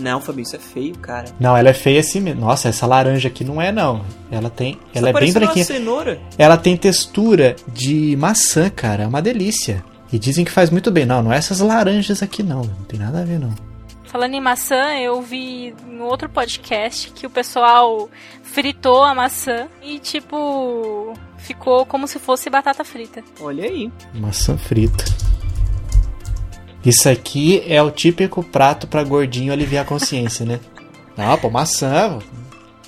B: Não, Fabinho, isso é feio, cara.
A: Não, ela é feia assim mesmo. Nossa, essa laranja aqui não é, não. Ela tem.
B: Isso
A: Ela
B: tá
A: é bem
B: parecendo
A: branquinha.
B: uma cenoura.
A: Ela tem textura de maçã, cara. É uma delícia. E dizem que faz muito bem. Não, não é essas laranjas aqui, não. Não tem nada a ver, não.
C: Falando em maçã, eu vi em outro podcast que o pessoal fritou a maçã e, tipo, ficou como se fosse batata frita.
B: Olha aí.
A: Maçã frita. Isso aqui é o típico prato pra gordinho aliviar a consciência, né? Não, pô, maçã.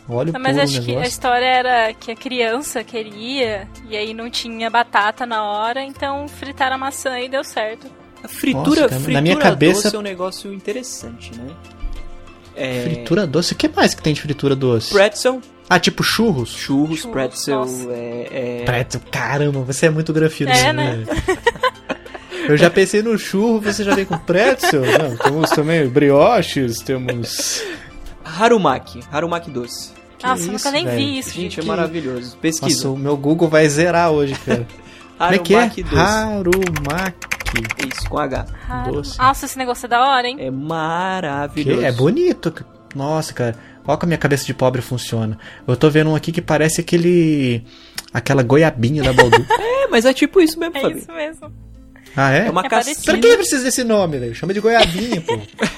A: pô. Olha o
C: Ah, Mas
A: puro
C: acho que a
A: negócio.
C: história era que a criança queria e aí não tinha batata na hora, então fritaram a maçã e deu certo.
B: A fritura,
A: Nossa, cara,
B: fritura
A: na minha cabeça-
B: doce é um negócio interessante, né? É...
A: Fritura doce. O que mais que tem de fritura doce?
B: Pretzel,
A: Ah, tipo churros?
B: churros,
C: Churros,
B: pretzel,
C: nossa.
B: é, é...
A: Pretzel. Caramba, você é muito grafito,
C: É,
A: né? Eu já pensei no churro, você já vem com pretzel? Não, temos também brioches, temos...
B: Harumaki, harumaki doce.
C: Nossa, eu
A: isso,
C: nunca nem vi
A: velho.
C: isso,
B: Gente,
C: gente.
B: é maravilhoso.
A: Nossa,
B: Pesquisa.
A: o meu Google vai zerar hoje, cara. Como é que é?
B: harumaki doce.
A: Harumaki.
B: Isso, com H.
C: Raro.
A: doce.
C: Nossa, esse negócio é da hora, hein?
B: É
A: Que
B: maravilhoso.
A: é bonito. Nossa, cara. Olha como a minha cabeça de pobre funciona. Eu tô vendo um aqui que parece aquele... Aquela goiabinha da Baldu.
B: É, mas é tipo isso mesmo,
C: É
B: Fabinho.
C: isso mesmo.
A: ah, é?
B: É uma
C: É
A: Pra
B: casquinha.
A: que precisa desse nome, velho? Chama de goiabinha, pô.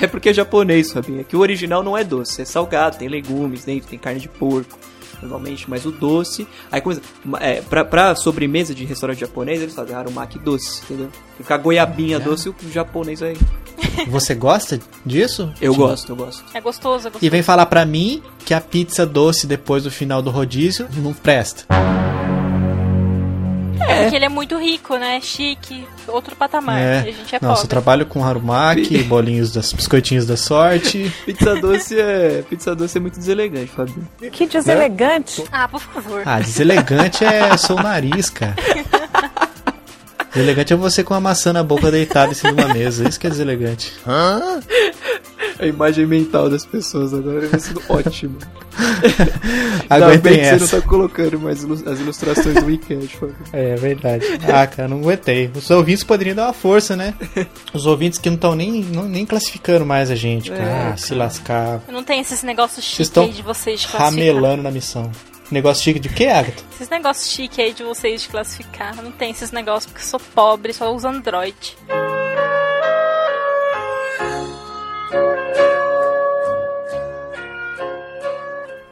B: É porque é japonês, Fabinho. É que o original não é doce, é salgado, tem legumes dentro, tem carne de porco, normalmente, mas o doce. Aí começa. ma- É, pra, pra É. sobremesa de restaurante japonês, eles fazem harumaki doce, entendeu? Ficar goiabinha doce, o japonês vai
A: Você gosta disso?
B: Eu gosto, eu gosto.
C: É gostoso, é gostoso.
A: E vem falar pra mim que a pizza doce depois do final do rodízio não presta.
C: É porque ele é muito rico, né? Chique, outro patamar.
A: né?
C: E a gente é
A: Nossa, eu
C: pobre.
A: trabalho com harumaki, bolinhos das biscoitinhos da sorte.
B: Pizza doce é. Pizza doce é muito deselegante, Fabinho.
K: Que deselegante.
C: Ah, por favor.
A: Ah, deselegante é só o nariz, cara. Deselegante é você com a maçã na boca deitada em cima de uma mesa. Isso que é deselegante.
B: A imagem mental das pessoas agora vai sendo ótima. Ainda bem
A: Aguentem
B: que você
A: essa.
B: não tá colocando mais ilu- as ilustrações do WeCash, Fabinho.
A: É verdade. Ah, cara, não aguentei. Os ouvintes poderiam dar uma força, né? Os ouvintes que não estão nem, não- nem classificando mais a gente, cara.
C: É,
A: Ah, se lascar.
C: Não tem esses negócios
A: Vocês
C: chique
A: estão
C: aí de vocês de classificar.
A: Ramelando na missão. Negócio chique de quê, Agatha?
C: Esses negócios chique aí de vocês de classificar. Não tem esses negócios porque eu sou pobre, só uso Android.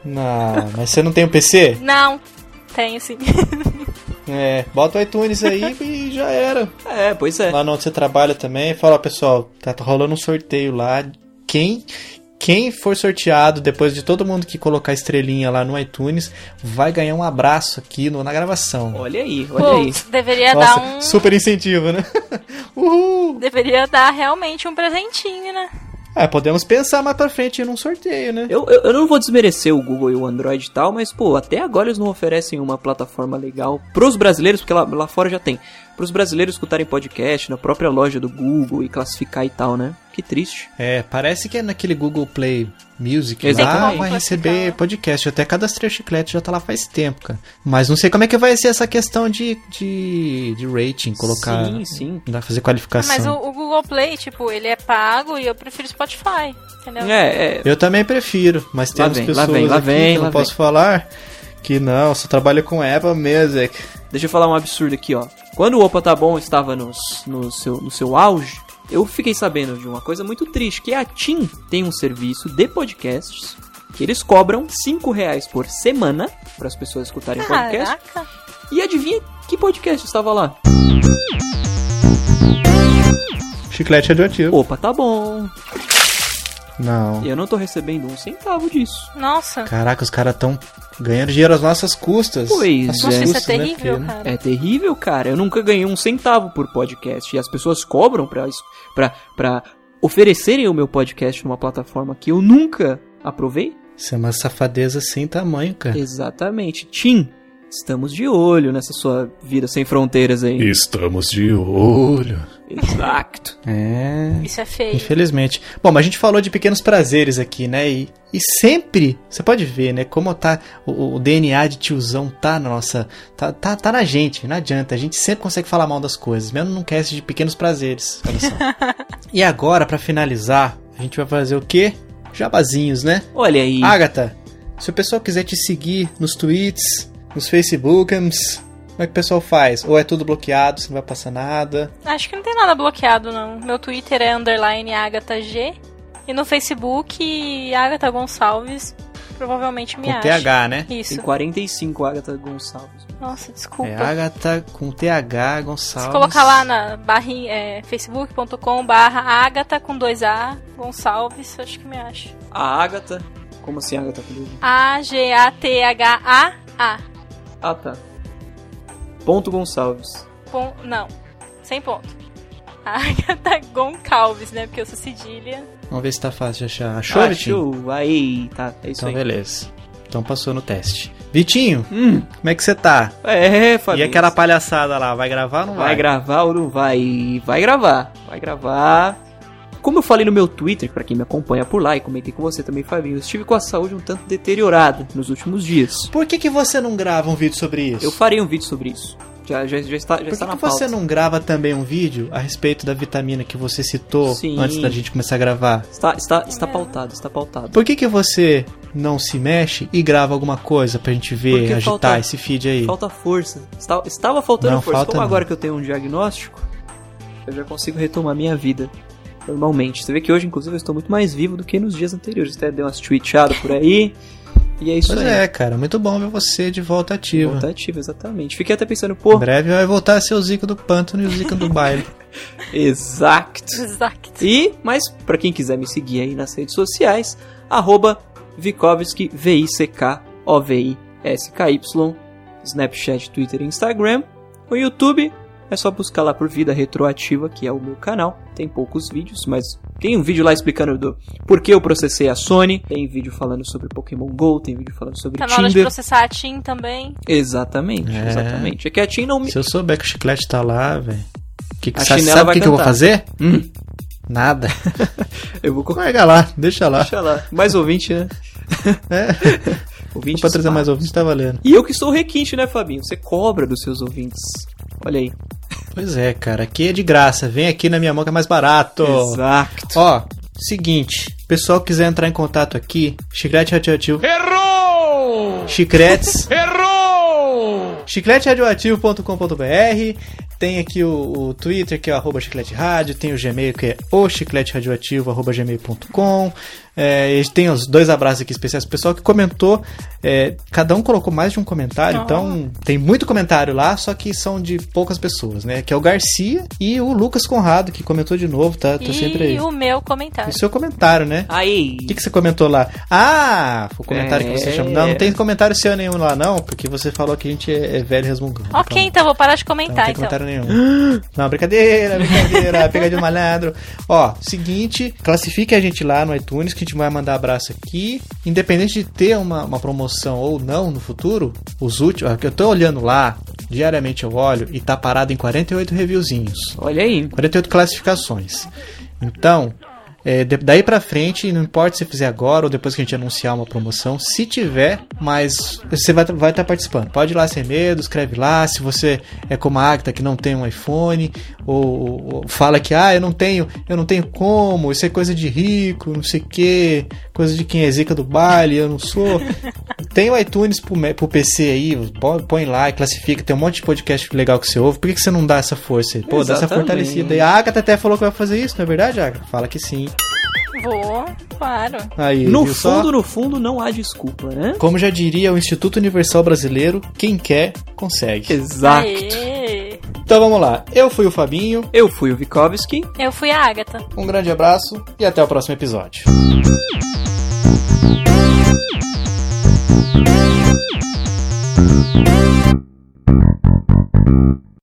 A: Não, mas você não tem um o PC?
C: Não, tenho sim.
A: É, bota o iTunes aí e já era.
B: É, pois é.
A: Lá onde você trabalha também, fala, ó, pessoal, tá rolando um sorteio lá. Quem quem for sorteado, depois de todo mundo que colocar estrelinha lá no iTunes, vai ganhar um abraço aqui no, na gravação.
B: Olha aí, olha aí.
C: Pô, deveria
A: Nossa,
C: dar um.
A: super incentivo, né? Uhul!
C: Deveria dar realmente um presentinho, né?
A: É, podemos pensar mais pra frente num sorteio, né?
B: Eu, eu, eu não vou desmerecer o Google e o Android e tal, mas, pô, até agora eles não oferecem uma plataforma legal pros brasileiros, porque lá, lá fora já tem. Pros brasileiros escutarem podcast na própria loja do Google e classificar e tal, né? Que triste.
A: É, parece que é naquele Google Play Music lá
B: Exatamente.
A: vai
C: Classificar, né?
A: receber podcast. Eu até cadastrei o chiclete, já tá lá faz tempo, cara. Mas não sei como é que vai ser essa questão de, de, de rating, colocar. né?
B: Sim, sim.
A: Dá pra fazer
C: Ah,
A: qualificação.
C: Mas o, o Google Play, tipo, ele é pago e eu prefiro Spotify. Entendeu?
B: É, é.
A: Eu também prefiro, mas tem
B: Lá
A: umas
B: vem, lá
A: pessoas
B: vem, lá
A: aqui
B: vem,
A: que eu
B: lá
A: não posso falar que não, só trabalho com é Apple Music.
B: Deixa eu falar um absurdo aqui, ó. Quando o Opa Tá Bom estava nos, no, seu, no seu auge, eu fiquei sabendo de uma coisa muito triste, que a TIM tem um serviço de podcasts que eles cobram 5 reais por semana para as pessoas
A: É,
B: escutarem podcast.
C: Caraca.
B: E adivinha que podcast estava lá?
A: Chiclete é radioativo.
B: Opa, tá bom.
A: Não.
B: Eu não tô recebendo um centavo disso.
C: Nossa.
A: Caraca, os caras tão ganhando dinheiro às nossas custas.
B: Pois
A: Às
B: é. Nossa,
C: Isso é
A: custas, né,
C: terrível,
A: porque, né?
C: cara.
B: É terrível, cara. Eu nunca ganhei um centavo por podcast. E as pessoas cobram pra, es- pra, pra oferecerem o meu podcast numa plataforma que eu nunca aprovei.
A: Isso é uma safadeza sem tamanho,
B: É.
A: cara.
B: Exatamente. Tim, estamos de olho nessa sua vida sem fronteiras aí.
F: Estamos de olho.
B: Exato.
A: É.
C: Isso é feio.
A: Infelizmente. Bom, mas a gente falou de pequenos prazeres aqui, né? E, e sempre, você pode ver, né? Como tá o, o DNA de tiozão tá na nossa. Tá, tá, tá na gente, não adianta. A gente sempre consegue falar mal das coisas, mesmo num cast de pequenos prazeres. Olha só. e agora, pra finalizar, a gente vai fazer o quê? Jabazinhos, né?
B: Olha aí.
A: Agatha, se o pessoal quiser te seguir nos tweets, nos Facebookams, como é que o pessoal faz? Ou é tudo bloqueado, você não vai passar nada?
C: Acho que não tem nada bloqueado, não. Meu Twitter é underline AgathaG. E no Facebook, Agatha Gonçalves. Provavelmente me
A: Com
C: acha.
A: TH, né?
B: Tem
C: Isso.
B: 45 Agatha Gonçalves.
C: Nossa, desculpa.
A: É Agatha com TH Gonçalves.
C: Se colocar lá na barrinha, é, facebook.com barra Agatha com dois A, Gonçalves, acho que me acha.
B: A Agatha. Como assim, Agatha? com dois N?
C: A-G-A-T-H-A-A.
B: Ah, tá. Ponto Gonçalves.
C: Pon- Não, sem ponto. Agatha Goncalves, né? Porque eu sou cedilha.
A: Vamos ver se tá fácil de achar. Achou,
B: Ah,
A: Vitinho?
B: show. Aí, tá. É isso
A: Então,
B: aí.
A: beleza. Então passou no teste. Vitinho,
B: Hum,
A: como é que você tá?
B: é, Fabinho.
A: E aquela palhaçada lá, vai gravar ou não vai?
B: Vai gravar ou não vai? Vai gravar. Vai gravar. Como eu falei no meu Twitter, pra quem me acompanha por lá e comentei com você também, Fabinho, eu estive com a saúde um tanto deteriorada nos últimos dias.
A: Por que, que você não grava um vídeo sobre isso?
B: Eu farei um vídeo sobre isso. Já, já, já está, já
A: Por que,
B: está na
A: que você
B: pauta.
A: não grava também um vídeo a respeito da vitamina que você citou
B: Sim.
A: antes da gente começar a gravar?
B: Está, está, está pautado, está pautado.
A: Por que, que você não se mexe e grava alguma coisa pra gente ver,
B: Porque
A: agitar
B: falta-
A: esse feed aí?
B: Falta força. Está- estava faltando
A: Não,
B: força.
A: falta
B: Como
A: não.
B: agora que eu tenho um diagnóstico, eu já consigo retomar minha vida normalmente. Você vê que hoje, inclusive, eu estou muito mais vivo do que nos dias anteriores. Até dei umas tweetadas por aí. E é isso
A: Pois
B: aí.
A: é, cara, muito bom ver você de volta ativa.
B: Volta ativa, exatamente. Fiquei até pensando,
A: Em
B: pô,
A: breve vai voltar a ser o Zico do pântano e o Zico do baile.
B: exato.
C: Exato.
B: E, mas, pra quem quiser me seguir aí nas redes sociais, arroba Vikovski, V-I-C-K-O-V-I-S-K-Y, Snapchat, Twitter e Instagram. O YouTube é só buscar lá por Vida Retroativa, que é o meu canal. Tem poucos vídeos, mas tem um vídeo lá explicando do por que eu processei a Sony. Tem vídeo falando sobre Pokémon GO, tem vídeo falando sobre
C: Tá na hora de
B: Tinder.
C: processar a Tim também.
B: Exatamente,
A: É.
B: exatamente. É que a Tim não me...
A: Se eu souber que o chiclete tá lá, velho. Que que,
B: A
A: sabe
B: chinela
A: sabe o
B: vai
A: que, que eu vou
B: cantar.
A: fazer? Hum, nada.
B: Eu vou... correr.
A: Larga lá, deixa lá.
B: Deixa lá. Mais ouvinte, né?
A: É,
B: Ouvinte
A: pra trazer
B: espalha.
A: mais ouvintes, tá valendo.
B: E eu que sou requinte, né, Fabinho? Você cobra dos seus ouvintes. Olha aí.
A: Pois é, cara, aqui é de graça. Vem aqui na minha mão que é mais barato.
B: Exato.
A: Ó, seguinte, pessoal que quiser entrar em contato aqui, chiclete radioativo,
D: Errou!
A: chicletes.
D: Errou!
A: chicleteradioativo.com.br tem aqui o, o Twitter que é o arroba chiclete rádio, tem o Gmail que é o chiclete radioativo arroba gmail.com é, e tem os dois abraços aqui especiais pro pessoal que comentou é, cada um colocou mais de um comentário, então tem muito comentário lá, só que são de poucas pessoas, né, que é o Garcia e o Lucas Conrado, que comentou de novo tá, tá sempre aí,
C: E o meu
A: e
C: comentário.
A: o seu comentário, né
B: Aí.
A: o que, que você comentou lá? Ah, o comentário que você
B: É.
A: chamou. Não, não tem comentário seu nenhum lá, não, porque você falou que a gente é, é velho resmungando.
C: Ok,
A: Então,
C: então vou parar de
A: então não
C: comentar,
A: tem
C: então.
A: comentário nenhum. Não, brincadeira, brincadeira, pega de malandro. Ó, seguinte, classifique a gente lá no iTunes, que a gente vai mandar abraço aqui. Independente de ter uma, uma promoção ou não no futuro, os últimos. ó, que Eu tô olhando lá, diariamente eu olho, e tá parado em 48 reviewzinhos.
B: Olha aí.
A: 48 classificações. Então, é, de- daí pra frente, não importa se fizer agora ou depois que a gente anunciar uma promoção, se tiver, mas você vai estar participando. Pode ir lá sem medo, escreve lá. Se você é como a Agda que não tem um iPhone, ou, ou- ou fala que ah, eu não tenho, eu não tenho como, isso é coisa de rico, não sei o que, coisa de quem é zica do baile, eu não sou. Tem o iTunes pro, me- pro PC aí, bo- põe lá e classifica. Tem um monte de podcast legal que você ouve. Por que, que você não dá essa força aí? Pô, dá essa
B: Exatamente.
A: fortalecida aí. A Agatha até falou que vai fazer isso, não é verdade, Agatha? Fala que sim.
C: Vou, claro.
A: Aí,
B: No
A: viu só?
B: fundo, no fundo, não há desculpa, né?
A: Como já diria o Instituto Universal Brasileiro, quem quer, consegue.
B: Exato.
C: Aê.
A: Então vamos lá. Eu fui o Fabinho,
B: Eu fui o Vikovski.
C: Eu fui a Agatha.
A: um grande abraço e até o próximo episódio.